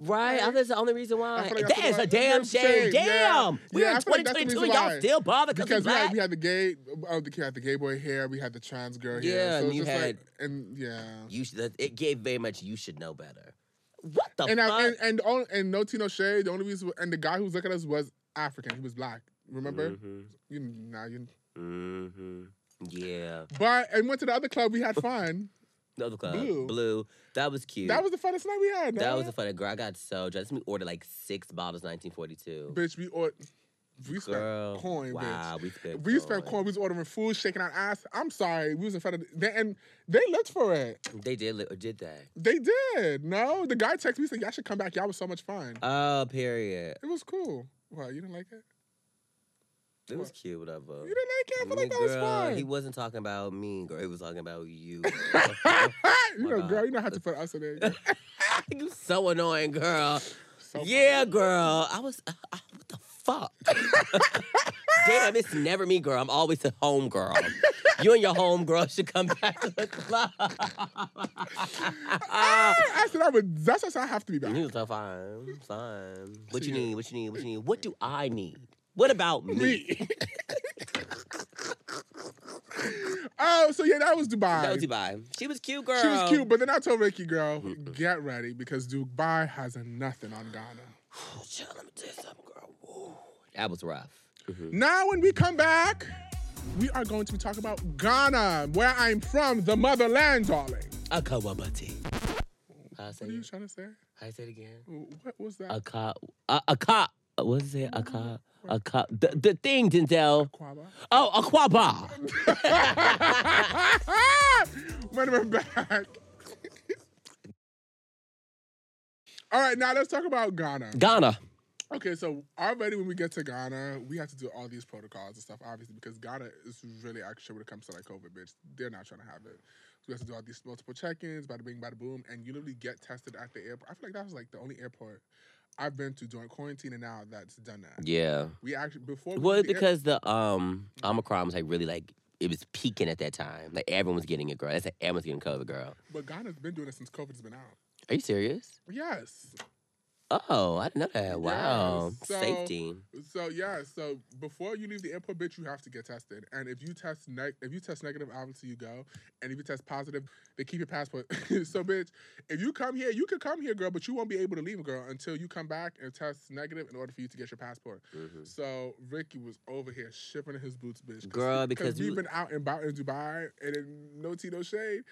right. I think that's the only reason why. feel like that that's is the a one- damn that's shame. shame, yeah. Damn. We're Yeah, in I feel like that's the 2022 reason and y'all why. still bother Because we black. had, we had the gay, oh, the, we had the gay boy hair, we had the trans girl hair. Yeah, so and it's you just had- like, and yeah, You should, that- it gave very much. You should know better. What the and, fuck? I, and and all and no Tino Shea. The only reason and the guy who was looking at us was African. He was black. Remember? Mm-hmm. You nah, you. hmm hmm Yeah. But and went to the other club. We had fun. The other club, blue. Blue. That was cute. that was the funnest night we had. that nah. was a funny girl. I got so drunk. We ordered like six bottles, 1942. bitch. We or we girl, spent coin, bitch. wow, we spent. We spent coin. We was ordering food, shaking our ass. I'm sorry, we was in front of they, and they looked for it. They did, li- or did they? They did. No, the guy texted me he said, "Y'all should come back. Y'all was so much fun. Oh, period. It was cool. Why you didn't like it? It was What? cute, whatever. You didn't like it? I feel like that was uh, girl, He fun. wasn't talking about me, girl. He was talking about you you. Why know, not? girl, you know how to put us in there. you so annoying, girl. So yeah, girl. I was. Uh, uh, what the fuck? Damn, it's never me, girl. I'm always a home girl. you and your home girl should come back to the club. Ah, I said I would. That's just I have to be back. you so fine, fine. What you Yeah. need? What you need? What you need? What do I need? What about me? Me. oh Oh, so yeah, that was Dubai. That was Dubai. She was cute, girl. She was cute, but then I told Ricky, girl, Mm-mm. get ready because Dubai has a nothing on Ghana. Child, let me tell you something, girl. Woo. That was rough. Now, when we come back, we are going to be talking about Ghana, where I'm from, the motherland, darling. A kawabati. I say What are you it. trying to say? I say it again. What was A that? ka. A, a ka. What is it? A ka. A ka. The, the thing, Denzel. Aquaba. Oh, a kwaba. when we're back. All right, now let's talk about Ghana. Ghana. Okay, so already when we get to Ghana, we have to do all these protocols and stuff, obviously, because Ghana is really extra when it comes to like COVID, bitch. They're not trying to have it. So we have to do all these multiple check-ins, bada bing, bada boom, and you literally get tested at the airport. I feel like that was like the only airport I've been to during quarantine and now that's done that. Yeah. We actually before we Well, did the air- because the um Omicron was like really like it was peaking at that time. Like everyone was getting it, girl. That's like everyone's getting COVID, girl. but Ghana's been doing it since COVID's been out. Are you serious? Yes. Oh, I didn't know that. Wow. Yes, so- Safety. So yeah, so before you leave the airport, bitch, you have to get tested. And if you test neg- if you test negative, obviously you go. And if you test positive, they keep your passport. so bitch, if you come here, you could come here, girl, but you won't be able to leave, girl, until you come back and test negative in order for you to get your passport. Mhm. So Ricky was over here shipping his boots, bitch. Girl, because we've you- been out and about in Dubai and in no tea, no shade.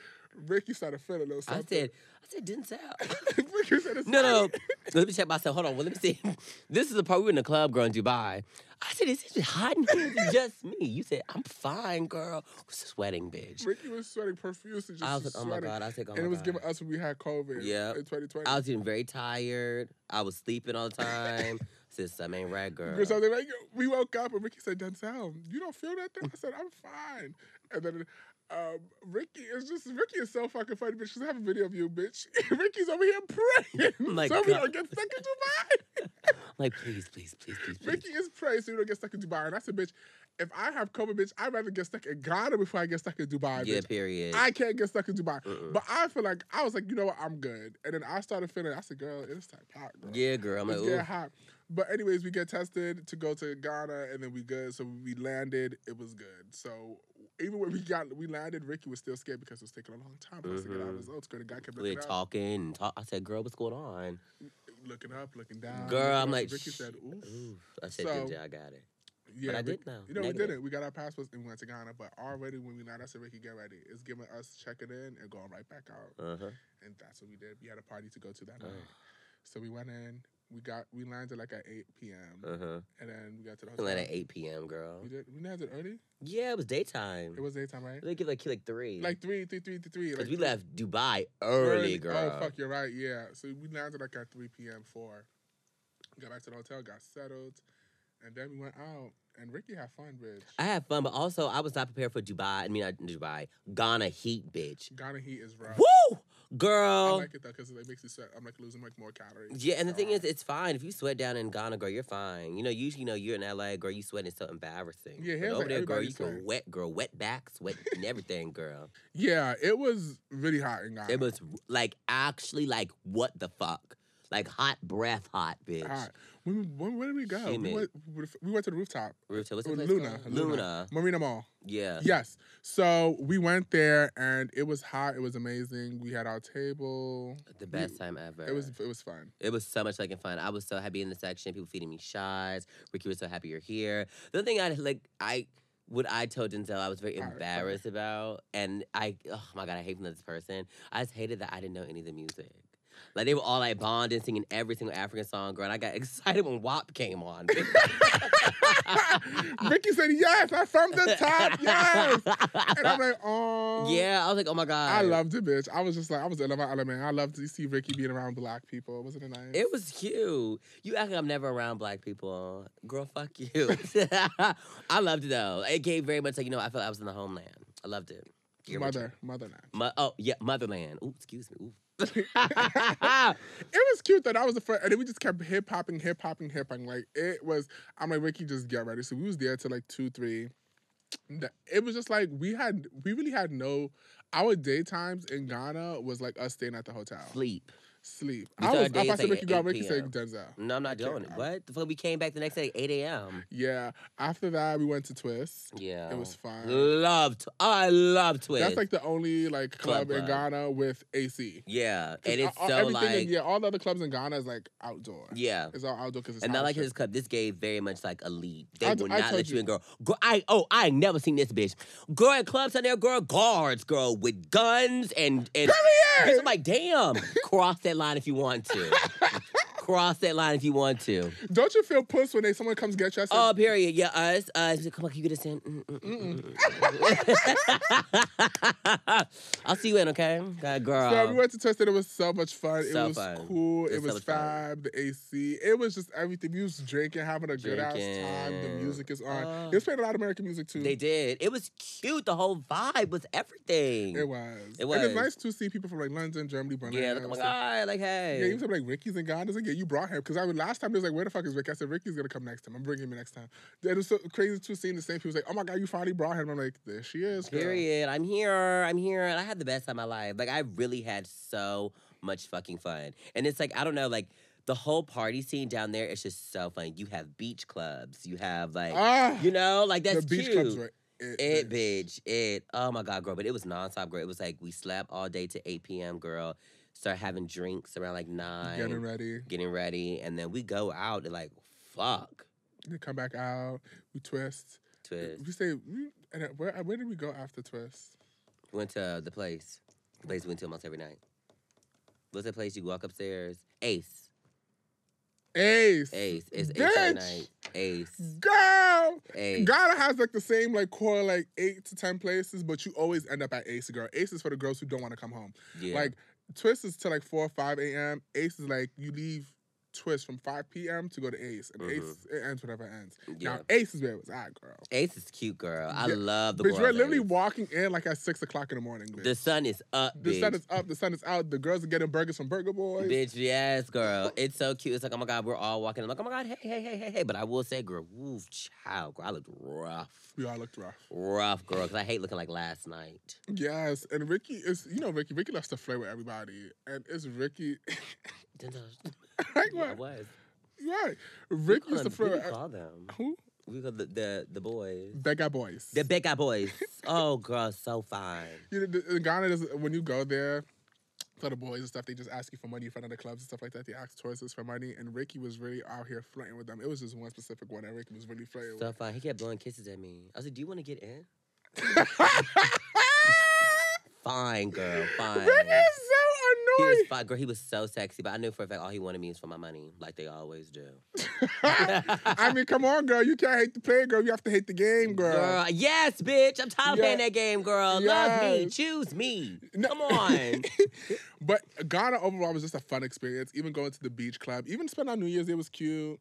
Ricky started feeling a little I something. said, I said, Denzel. Ricky said it's No, no. funny. Let me check myself. Hold on. Well, let me see. This is the part we were in the club, girl, in Dubai. I said, "Is it hot in here? Is it just me?" You said, "I'm fine, girl." Was sweating, bitch. Ricky was sweating profusely. Just I was like, "Oh my sweating. god!" I said, "Oh my and it was god." giving us when we had COVID. Yeah. in 2020. I was getting very tired. I was sleeping all the time. I said, "Something ain't right, girl." Because I was like, we woke up and Ricky said, Denzel, you don't feel that thing? I said, I'm fine. And then um, Ricky is just, Ricky is so fucking funny, bitch. She's have a video of you, bitch. Ricky's over here praying. My so we God. don't get stuck in Dubai. I'm like, please, please, please, please, please. Ricky is praying so we don't get stuck in Dubai. And I said, bitch, if I have COVID, bitch, I'd rather get stuck in Ghana before I get stuck in Dubai, yeah, bitch. period. I can't get stuck in Dubai. Mm-mm. But I feel like, I was like, you know what, I'm good. And then I started feeling, I said, girl, it's like hot, girl. yeah, girl. I'm like, It's getting ooh. hot. But anyways, we get tested to go to Ghana, and then we good. So we landed. It was good. So even when we got we landed, Ricky was still scared because it was taking a long time for us to get our Mhm. results. Girl, oh, the guy kept We're looking up, talking and talk. I said, "Girl, what's going on?" looking up, looking down. Girl, looking I'm up. like, Ricky "Shh." said, "Oof." Ooh, I said, So- "Ginger, I got it." Yeah, but I Rick- did know. You know, we Negative. did it. We got our passports and we went to Ghana. But already when we landed, I said, Ricky, get ready. It's giving us checking in and going right back out. Uh-huh. And that's what we did. We had a party to go to that Oh. night. So we went in. We got we landed like at 8 p.m. Uh-huh. and then we got to the hotel. Like at 8 p.m., girl. We did. We landed early. Yeah, it was daytime. It was daytime, right? They give like like three. Like three, three, three, three, three. Cause Like we three- left Dubai early, girl. Oh fuck, you're right. Yeah. So we landed like at three p.m. four. Got back to the hotel, got settled, and then we went out. And Ricky had fun, bitch. I had fun, but also I was not prepared for Dubai. I mean, not Dubai, Ghana heat, bitch. Ghana heat is rough. Woo, I girl. like it though because it makes you sweat. I'm like losing like more calories. yeah, and the thing So, is, it's fine if you sweat down in Ghana, girl. You're fine. You know, usually, you know, you're in LA, girl. You sweat is so embarrassing. Yeah, But here's over like there, girl, everybody you can sweats. wet, girl, wet back, sweat and everything, girl. yeah, it was really hot in Ghana. It was like actually like what the fuck, like hot breath, hot bitch. hot. When, we- when, where did we go? We Humid. went, we went to the rooftop. Rooftop, What's the Luna, place Luna, called? Luna. Marina Mall. Yeah. Yes. So we went there and it was hot. It was amazing. We had our table. The best time ever. It was it was fun. It was so much fucking fun. I was so happy in the section. People feeding me shots. Ricky was so happy you're here. The other thing I like, I what I told Denzel, I was very Alright, embarrassed about, and I, oh my god, I hate from this person. I just hated that I didn't know any of the music. Like they were all like bonding, singing every single African song, girl. And I got excited when WAP came on. Ricky said, "Yes, I'm from the top. Yes." And I'm like, "Oh, yeah, I was like, oh my god, I loved it, bitch. I was just like, I was in my element. I loved to see Ricky being around black people. Wasn't it nice? It was cute. You act like I'm never around black people. Girl, fuck you. I loved it though. It gave very much like, you know, I felt I was in the homeland. I loved it. Get rich. mother, mother night. Mo- oh, yeah, motherland. Ooh, excuse me. Ooh. It was cute though. That was the first, and then we just kept hip hopping, hip hopping, hip hopping. Like it was. I'm like, Ricky, just get ready. So we was there till like two, three. The- It was just like we had, we really had no. Our daytimes in Ghana was like us staying at the hotel. Sleep. Sleep. I These are was I days about to like make you go at out Ricky 8 say PM. Denzel. No, I'm not Okay, doing it. um, What? The fuck, we came back the next day, 8 a.m. Yeah. After that, we went to Twist. Yeah. It was fun. Loved. I love Twist. That's like the only like Club club in club. Ghana with AC. yeah. 'Cause And it's all- so everything in- like, yeah, all the other clubs in Ghana is like outdoor. yeah. It's all outdoor because it's And not like hardship. his club. This gay is very much like elite. They I- will I not told let you you. in, girl. girl. I oh, I ain't never seen this bitch. Girl at clubs out there, girl guards, girl with guns and and. Bitch, I'm like, damn. Cross that line if you want to. Cross that line if you want to. Don't you feel puss when they someone comes get you? I said, Oh, period. Yeah, us. us. Come on, can you get us in? Mm, mm, mm, mm, mm. I'll see you in, okay? God, girl. so we went to Twist and it was so much fun. So it was fun. cool. It It, was so was much fun. fab. The AC. It was just everything. We was drinking, having a good ass time. The Drinking. music is on. Oh. they was playing a lot of American music too. They did. It was cute. The whole vibe was everything. It was. It And was. it's nice to see people from like London, Germany, Berlin. Yeah, like, oh my God. Like, hey. Yeah, even some like Ricky's and God. Like, yeah, you brought him because I was last time. They was like, "Where the fuck is Ricky?" I said, "Ricky's gonna come next time. I'm bringing him next time." It was so crazy to seeing the same people. Like, "Oh my god, you finally brought him!" I'm like, "There she is." Girl. Period. I'm here. I'm here. And I had the best time of my life. Like, I really had so much fucking fun. And it's like, I don't know, like, the whole party scene down there is just so fun. You have beach clubs. You have, like, Ah, you know, like, that's the beach cute. clubs were it. It, bitch. bitch. It. Oh, my God, girl. But it was nonstop, girl. It was like, we slept all day to 8 p.m., girl. Start having drinks around, like, 9. Getting ready. getting ready, and then we go out and like fuck They come back out. We twist. twist. We say, we, and then where, uh, where did we go after twist? Went to the place. The place we went to almost every night. What's that place you walk upstairs? Ace. Ace. Ace. It's Ace every Bitch. night. Ace. Girl, Ace. Ghana has like the same like core like eight to ten places, but you always end up at Ace. Girl, Ace is for the girls who don't want to come home. Yeah. Like Twist is till like four or five a.m. Ace is like you leave Twist from five p.m. to go to Ace, and Ace it ends whenever it ends. Mm-hmm. yeah. Now Ace is where it was at, girl. Ace is cute, girl. I Yeah, love the But you're girls, literally Ace. walking in like at six o'clock in the morning. Bitch. The sun is up. the bitch. sun is up, the sun is out. The girls are getting burgers from Burger Boys. Bitch, yes, girl. It's so cute. It's like, oh my God, we're all walking. I'm like, oh my God, hey, hey, hey, hey, hey. But I will say, girl, woof, child, girl, I looked rough. We all looked rough. Rough, girl, because I hate looking like last night. Yes, and Ricky is you know Ricky. Ricky loves to flirt with everybody, and it's Ricky. Denzel, like Yeah, I what? was. Right. Ricky Call used to them- who do flirt. uh, you call them? Who? We call the the, the boys. Beggar boys. The big guy boys. oh, girl, so fine. You know, the- in Ghana, there's- when you go there, for the boys and stuff, they just ask you for money in front of the clubs and stuff like that. They ask tourists for money, and Ricky was really out here flirting with them. It was just one specific one that Ricky was really flirting So fine. He kept blowing kisses at me. I was like, "Do you want to get in?" Fine, girl. Fine. with. Ricky is He so was annoying. fine, girl. He was so sexy, but I knew for a fact all he wanted me was for my money, like they always do. I mean, come on, girl. You can't hate the player, girl. You have to hate the game, girl. yes, bitch. I'm tired of playing Yeah. that game, girl. Love me, Yes. choose me. No- Come on. But Ghana overall was just a fun experience. Even going to the beach club, even spending our New Year's, it was cute.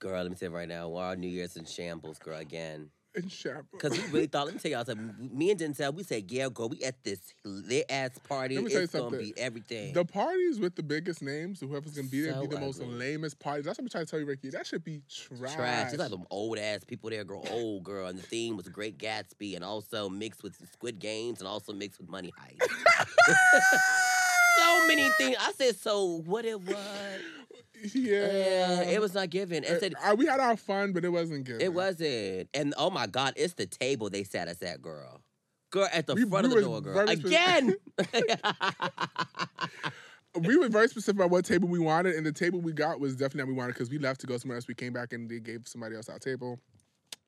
girl, let me tell you right now, our New Year's in shambles, girl, again. And sure. Cause we really thought. Let me tell y'all something. Me and Denzel, we said, "Yeah, girl, we at this lit ass party. Let me tell you It's gonna something. be everything." The parties with the biggest names, whoever's gonna be there, Eh. So be the most ugly. lamest parties. That's what I'm trying to tell you, Ricky. That should be trash. Trash. It's like some old ass people there, girl. Old girl, and the theme was Great Gatsby, and also mixed with Squid Games, and also mixed with Money Heist. so many things. I said, so what it was? yeah. Yeah, Eh, it was not given. I said, Uh, we had our fun, but it wasn't good. it wasn't. And oh my God, it's the table they sat us at, girl. Girl at the We- we front of the was door, girl. very spec- Again. We were very specific about what table we wanted, and the table we got was definitely that we wanted because we left to go somewhere else. We came back and they gave somebody else our table.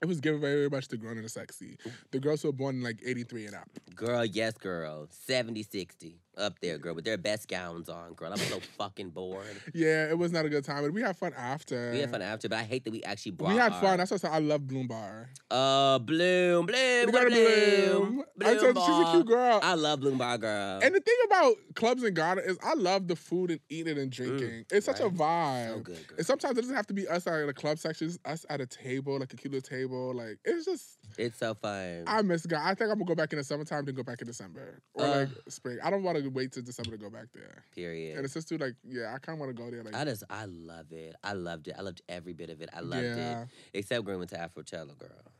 It was given very much the grown and the sexy. The girls who were born in like 83 and up. Girl, yes, girl. 70, 60. Up there, girl, with their best gowns on, girl. I'm so fucking bored. Yeah, it was not a good time, but we had fun after. We had fun after, but I hate that we actually brought We had our- fun. That's why I said I love Bloom Bar. Uh, Bloom, Bloom, We got Bloom, a Bloom. Bloom. I told you, she's a Bar. cute girl. I love Bloom Bar, girl. And the thing about clubs in Ghana is I love the food and eating and drinking. it's such a Mm, so vibe. good, girl. and sometimes it doesn't have to be us at a club section, it's us at a table, like a cute little table. Like it's just It's so fun. I miss Ghana. I think I'm gonna go back in the summertime, then go back in December. Or Uh. like spring. I don't wanna wait till December to go back there. And Period. it's just too like, yeah, I kinda wanna go there like I just, I love it. I loved it. I loved every bit of it. I loved Yeah. it. Except when we went to Afrocello, girl.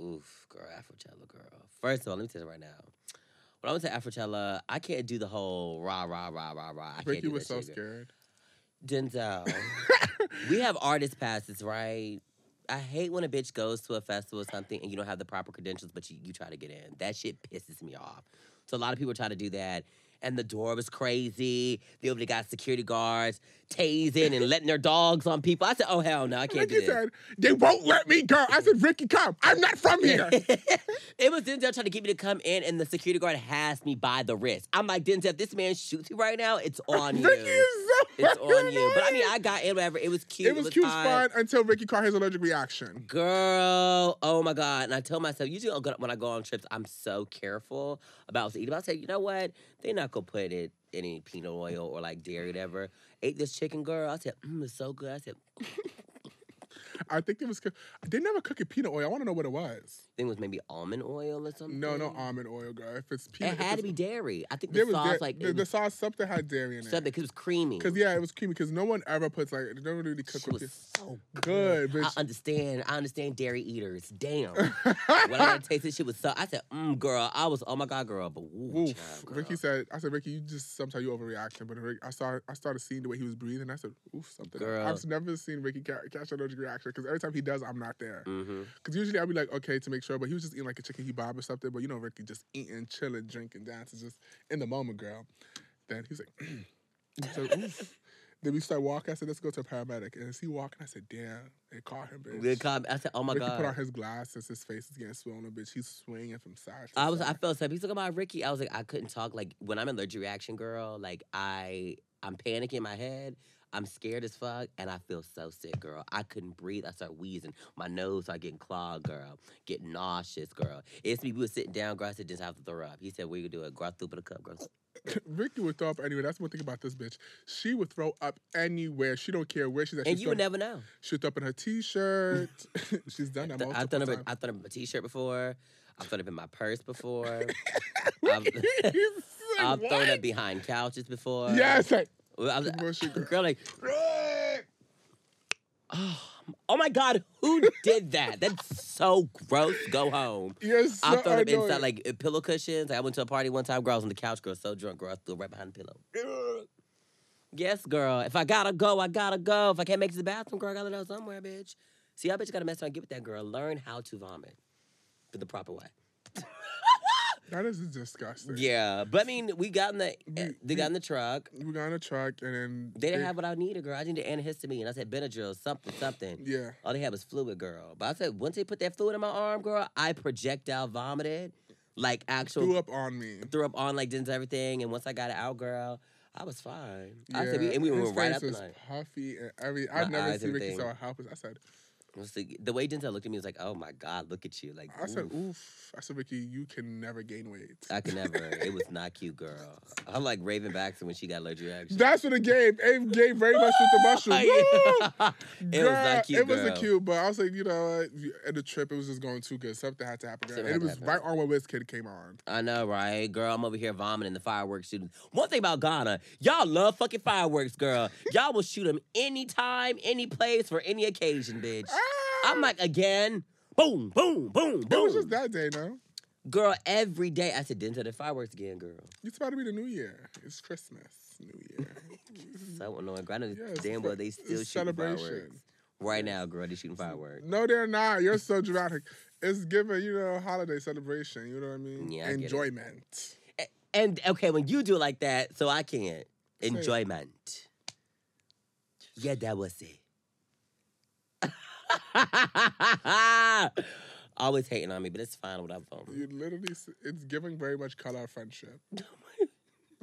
Oof, girl, Afrocello, girl. First of all, let me tell you right now. When I went to Afrotella, I can't do the whole rah rah rah rah rah. I can't Ricky do was that so shit. scared. Denzel, we have artist passes, right? I hate when a bitch goes to a festival or something and you don't have the proper credentials, but you, you try to get in. That shit pisses me off. So a lot of people try to do that. And the door was crazy. They over there got security guards tasing and letting their dogs on people. I said, oh, hell no, I can't Ricky do this. said, "They won't let me go." I said, "Ricky, come! I'm not from here." it was Denzel trying to get me to come in, and the security guard has me by the wrist. I'm like, Denzel, if this man shoots you right now, it's on you. Ricky is so It's on fucking you. But I annoying. mean, I got in, whatever. It was cute. it was cute hot. fun until Ricky caught his allergic reaction. Girl, oh my God. And I tell myself, usually I'll go- when I go on trips, I'm so careful about what's eating. But I said, you know what? They're not going to put it any peanut oil or like dairy or whatever. Ate this chicken, girl. I said, mm, it's so good. I said, I think it was. co- They never cook it peanut oil. I want to know what it was. I think it was maybe almond oil or something. No, no almond oil, girl. If it's peanut, It if had to it's- be dairy. I think there the was sauce, da- like, the, it the was sauce something had dairy in something, it. because it was creamy. Because yeah, it was creamy. Because no one ever puts like they don't really cook She with was it. so Good, I bitch. understand. I understand dairy eaters. Damn. when I got to taste this shit was so. I said, mm, girl. I was, oh my God, girl. But woo, Oof. child, girl. Ricky said, I said, Ricky, you just sometimes you overreaction. But Rick, I saw, I started seeing the way he was breathing. I said, oof, something. Girl. I've never seen Ricky ca- catch an allergic reaction because every time he does, I'm not there. Mm-hmm. Because usually I'll be like, okay, to make sure. But he was just eating like a chicken kebab or something. But you know, Ricky just eating, chilling, drinking, dancing, just in the moment, girl. Then he's like, he said, oof. Then we start walking. I said, let's go to a paramedic. And as he walking, I said, damn, they caught him, bitch. Good comment. I said, "Oh my Ricky put on god." his glasses. His face is getting swollen, bitch. He's swinging from side to I was. I side. felt sad. He's talking about Ricky. I was like, I couldn't talk. Like when I'm in allergic reaction, girl. Like I, I'm panicking in my head. I'm scared as fuck, and I feel so sick, girl. I couldn't breathe. I start wheezing. My nose started getting clogged, girl. Getting nauseous, girl. It's me. We were sitting down, girl. I said, "Just have to throw up." He said, "What you gonna do it? Girl, I threw up in a cup, girl." Ricky would throw up anywhere. That's one thing about this bitch. She would throw up anywhere. She don't care where she's at. And she's you would throw- never know. she'll throw up in her t-shirt. she's done that Th- I've multiple thrown times. up. in- I've thrown up in my t-shirt before. I've thrown up in my purse before. I've, He's like, I've thrown "What?" up behind couches before. Yes. Like, Well, I was, Keep pushing, girl. girl, like, oh, oh my God, who did that? That's so gross. Go home. yes. I throw them annoying. inside like uh, pillow cushions. I went to a party one time, girl, I was on the couch, girl, so drunk, girl, I threw it right behind the pillow. Ugh. Yes, girl. If I gotta go, I gotta go. If I can't make it to the bathroom, girl, I gotta go somewhere, bitch. See, I bet you gotta mess around and get with that girl. Learn how to vomit the proper way. That is disgusting. Yeah, but I mean, we got in the uh, We- they got in the truck. We got on a truck and then They didn't have what I needed, girl. I needed antihistamine. I said Benadryl, something, something. Yeah. All they had was fluid, girl. But I said, once they put that fluid in my arm, girl, I projectile vomited, like actual Threw up on me. threw up on like didn't everything. And once I got it out, girl, I was fine. I said, Yeah, we, and we were his right face up was like, puffy and every. My I've never eyes, seen Ricky everything. so helpless. I said, it was the, the way Denzel looked at me was like, oh my god, look at you, like I said, oof. oof. I said, Ricky, you can never gain weight. I could never. It was not cute, girl. I'm like Raven Baxter when she got allergic reaction. That's what it gave. It gave very much with the mushrooms. Woo! it was not cute. It wasn't girl. cute, but I was like, you know, what, you- and the trip, it was just going too good. Something had to happen. Girl. Something And it had to was happen. right on when Wizkid came on. I know, right? Girl, I'm over here vomiting the fireworks shooting. One thing about Ghana, y'all love fucking fireworks, girl. y'all will shoot them anytime, any place, for any occasion, bitch. I'm like, again, boom, boom, boom, Ah! It was boom. just that day, no? Girl, every day. I said, Denzel, the fireworks again, girl. It's about to be the new year. It's Christmas, New Year. So annoying. Girl, I know Yeah, it's damn a- well they Mm-hmm. it's Mm-hmm. a still shooting fireworks. Right now, girl, they shooting fireworks. No, they're not. You're so dramatic. It's given, you know, holiday celebration. You know what I mean? Yeah, I get it. Enjoyment. And okay, when you do it like that, so I can't. it. Enjoyment. Yeah, that was it. Always hating on me, but it's fine. What I'm You literally, s- it's giving very much color of friendship.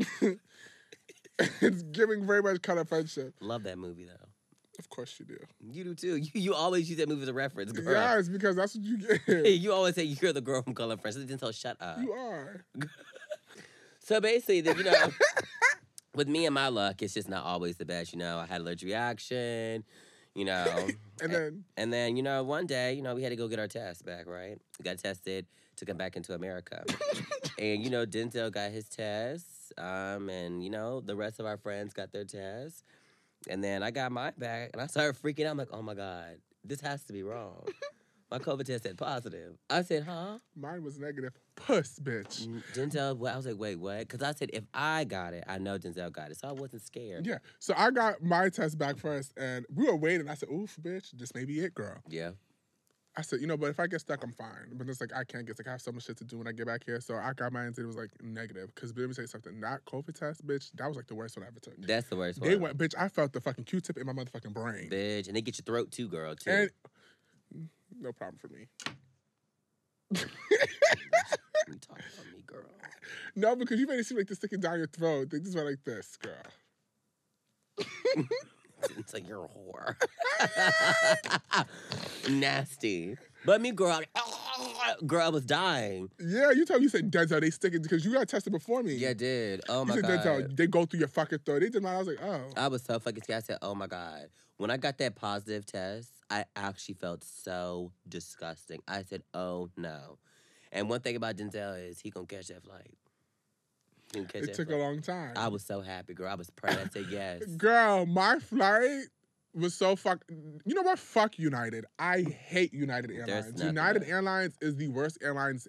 it's giving very much color of friendship. Love that movie though. Of course you do. You do too. You, you always use that movie as a reference, girl. Yes, because that's what you get. You always say you're the girl from Color Friends. Denzel, shut up. you are. So basically, then, you know, with me and my luck, it's just not always the best. You know, I had allergic reaction. You know, And then and then you know, one day, you know, we had to go get our test back. Right, we got tested to come back into America, and you know, Denzel got his test, um, and you know, the rest of our friends got their tests, and then I got mine back, and I started freaking out. I'm like, oh my god, this has to be wrong. My COVID test said positive. I said, huh? Mine was negative. Puss, bitch. Denzel, well, I was like, wait, what? Because I said, if I got it, I know Denzel got it. So I wasn't scared. Yeah. So I got my test back first, and we were waiting. I said, "Oof, bitch, this may be it, girl." Yeah. I said, "You know, but if I get stuck, I'm fine." But it's like I can't get stuck. I have so much shit to do when I get back here. So I got mine, and it was like negative. Because let me tell you something. That COVID test, bitch, that was like the worst one I ever took. That's the worst They one. went, bitch. I felt the fucking Q-tip in my motherfucking brain. Bitch. And they get your throat too, girl, too. And Mm, no problem for me. you talk about me, girl. No, because you made it seem like they're sticking down your throat. They just went like this, girl. It's like you're a whore. Nasty. But me, girl, I- girl, I was dying. Yeah, you tell me you said Denzel, they stick it because you got tested before me. Yeah, I did. Oh you my said god. Denzel, they go through your fucking throat. They did mine. I was like, oh. I was so fucking scared. I said, "Oh my god!" When I got that positive test, I actually felt so disgusting. I said, "Oh no!" And one thing about Denzel is he gonna catch that flight. He gonna catch it that took a flight. long time. I was so happy, girl. I was praying. I said, "Yes." Girl, my flight was so fuck. You know what? Fuck United. I hate United There's Airlines. nothing United better. Airlines is the worst airlines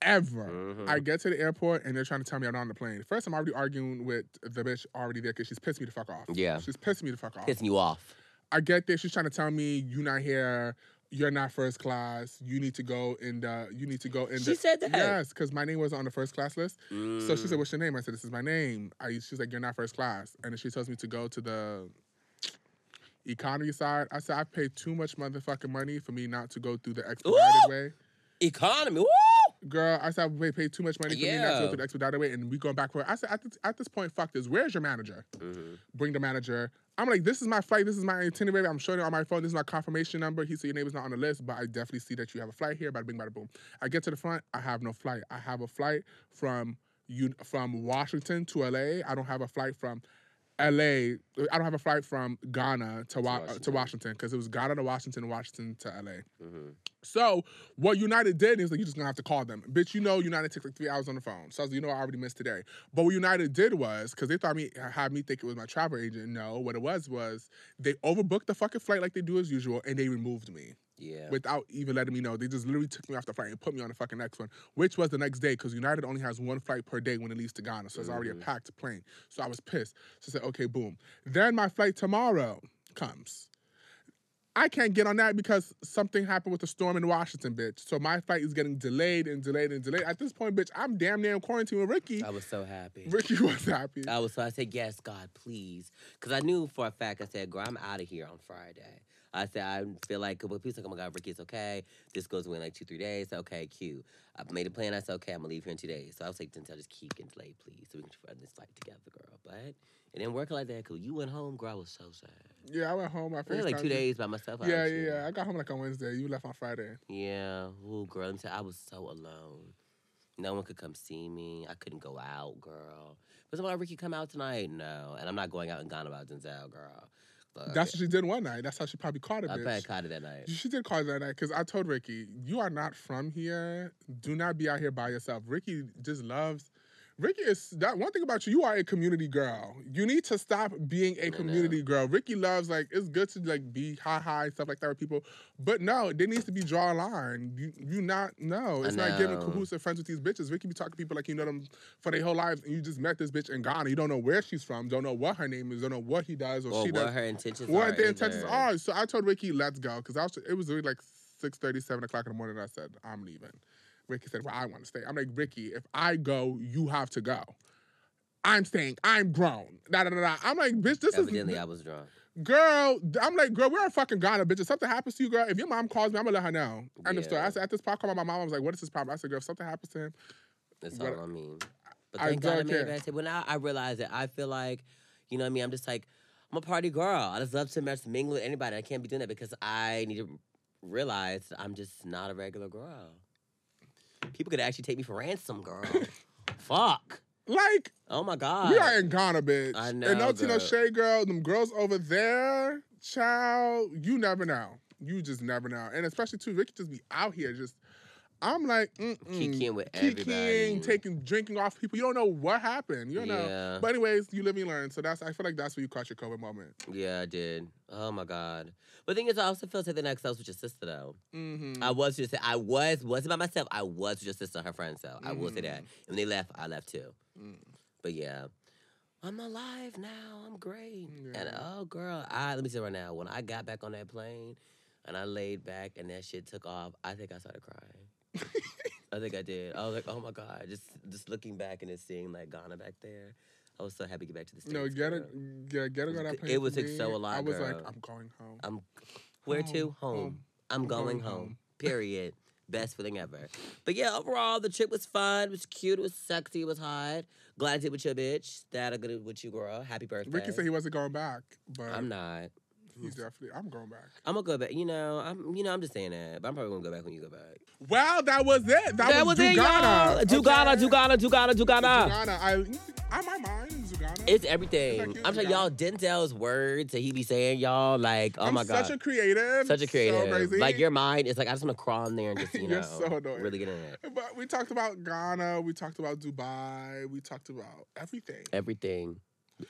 ever. Mhm. I get to the airport and they're trying to tell me I'm not on the plane. First, I'm already arguing with the bitch already there because she's pissed me the fuck off. Yeah. She's pissed me the fuck off. Pissing you off. I get there. She's trying to tell me you're not here. You're not first class. You need to go in the. You need to go in. She the, said that? Yes, because my name wasn't on the first class list. So she Mm. said, "What's your name?" I said, "This is my name." I, she's like, "You're not first class," and then she tells me to go to the economy side. I said, "I paid too much motherfucking money for me not to go through the expedited Ooh! way, "Economy." Woo! girl." I said, "I paid too much money for me not to Yeah. go through the expedited way," and we going back for it. I said, at this, "At this point, fuck this. Where's your manager? Mhm. Bring the manager." I'm like, "This is my flight. This is my itinerary. I'm showing it on my phone. This is my confirmation number." He said, "Your name is not on the list, but I definitely see that you have a flight here." Bada bing, bada boom. I get to the front. I have no flight. I have a flight from you from Washington to LA. I don't have a flight from LA. I don't have a flight from Ghana to Wa- uh, to Washington. Washington because it was Ghana to Washington, Washington to LA. Mhm. So what United did is like you just gonna have to call them, bitch. You know United takes like three hours on the phone, so I was like, you know I already missed today. But what United did was because they thought me had me think it was my travel agent. No, what it was was they overbooked the fucking flight like they do as usual, and they removed me Yeah. without even letting me know. They just literally took me off the flight and put me on the fucking next one, which was the next day because United only has one flight per day when it leaves to Ghana. So it's already a Mhm. packed plane. So I was pissed. So I said, okay, boom. Then my flight tomorrow comes. I can't get on that because something happened with the storm in Washington, bitch. So my flight is getting delayed and delayed and delayed. At this point, bitch, I'm damn near in quarantine with Ricky. I was so happy. Ricky was happy. I was so I said, Yes, God, please. Because I knew for a fact, I said, Girl, I'm out of here on Friday. I said, I feel like, well, people like, oh my God, Ricky, it's okay. This goes away in like two, three days. Okay, cute. I made a plan. I said, okay, I'm going to leave here in two days. So I was like, Denzel, just keep getting delayed, please, so we can run this flight together, girl. But it didn't work like that because you went home, girl. I was so sad. yeah, I went home. I I was like FaceTimed two you. days by myself. out Yeah, yeah, here. yeah. I got home like on Wednesday. You left on Friday. Yeah. Ooh, girl, let me tell you, I was so alone. No one could come see me. I couldn't go out, girl. But somebody, Ricky, come out tonight? No. And I'm not going out and gone about Denzel, girl. Look, That's what she did one night. That's how she probably caught it, I bitch. played Cardi that night. She did call it that night because I told Ricky, "You are not from here. Do not be out here by yourself." Ricky just loves. Ricky is that one thing about you. You are a community girl. You need to stop being a know. community girl. Ricky loves like it's good to like be high high stuff like that with people, but no, there needs to be draw a line. You you not no. I It's not giving know. cahoots and friends with these bitches. Ricky be talking to people like you know them for their whole lives, and you just met this bitch in Ghana. You don't know where she's from. Don't know what her name is. Don't know what he does or, Or she what does her intentions are. what the intentions either. are. So I told Ricky, let's go. Because I was it was really like 6 7 o'clock in the morning. I said, I'm leaving. Ricky said, Well, I want to stay. I'm like, Ricky, if I go, you have to go. I'm staying. I'm grown. Da da da da. I'm like, bitch, this Evidently, is I was drunk. girl. I'm like, girl, we're a fucking Ghana, bitch. If something happens to you, girl, if your mom calls me, I'm gonna let her know. End of story. Yeah. I said, at this point, I called my mom. I was like, what is this problem? I said, girl, if something happens to him, That's What- all I mean. But I thank God I don't made care. it back. to- When I, I realized that I feel like, you know what I mean? I'm just like, I'm a party girl. I just love to mess mingle with anybody. I can't be doing that because I need to realize that I'm just not a regular girl. People could actually take me for ransom, girl. Fuck. like, Oh my God. we are in Ghana, bitch. I And no know, Tino girl. Shea, girl, them girls over there, child, you never know. You just never know. And especially too, Ricky just be out here just I'm like, mm-mm. Kikiing with everybody. mm, Kikiing, taking, drinking off people. You don't know what happened. You don't know. yeah. But anyways, you live and you learn. So that's I feel like that's where you caught your COVID moment. Yeah, I did. Oh my god. But the thing is, I also feel to the next I was with your sister though. Mm-hmm. I was just I was wasn't by myself. I was with your sister, and her friends though. I will say that. And when they left, I left too. Mm. But yeah, I'm alive now. I'm great. And Yeah. oh girl, I let me say right now, when I got back on that plane and I laid back and that shit took off, I think I started crying. I think I did. I was like, oh my god, just just looking back and just seeing like Ghana back there. I was so happy to get back to the states. No, get girl. it, get, get it, got that It pain. was for like so me. alive, I was girl. like, I'm going home. I'm where to? Home, Home. home. I'm going home. Period. Best feeling ever. But yeah, overall the trip was fun. It was cute. It was sexy. It was hot. Glad I did with your bitch. That I did with you, girl. Happy birthday. Ricky said he wasn't going back, but I'm not. he's definitely. I'm going back. I'm gonna go back. You know, I'm. You know, I'm just saying that. But I'm probably gonna go back when you go back. Well, that was it. That, was, Dugana. okay? Dugana, Dugana, Dugana, Dugana. Dugana. I, I might mind Dugana. It's everything. It's like I'm you, telling y'all Denzel's words that he be saying, y'all. Like, oh I'm my god, such a creative. such a creative. So crazy. Like your mind is like, I just want to crawl in there and just you know, You're so annoying. really get in it. But we talked about Ghana. We talked about Dubai. We talked about everything. Everything.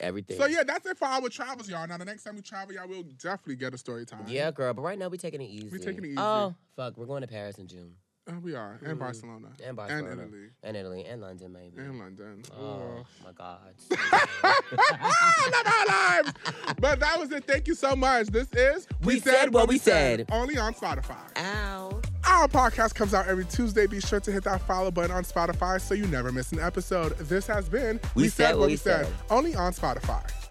Everything. So yeah, that's it for our travels, y'all. Now the next time we travel, y'all will definitely get a story time. Yeah, girl, but right now we're taking it easy. taking it easy. Oh, fuck, we're going to Paris in June. Uh, we are and Mhm. Barcelona And and Barcelona. Italy And Italy, and London, maybe. and London. Oh, Oh. my God. Love our lives. But that was it. Thank you so much. This is We Said What We Said. Only on Spotify. Ow. Our podcast comes out every Tuesday. Be sure to hit that follow button on Spotify so you never miss an episode. This has been We Said What We Said. Only on Spotify.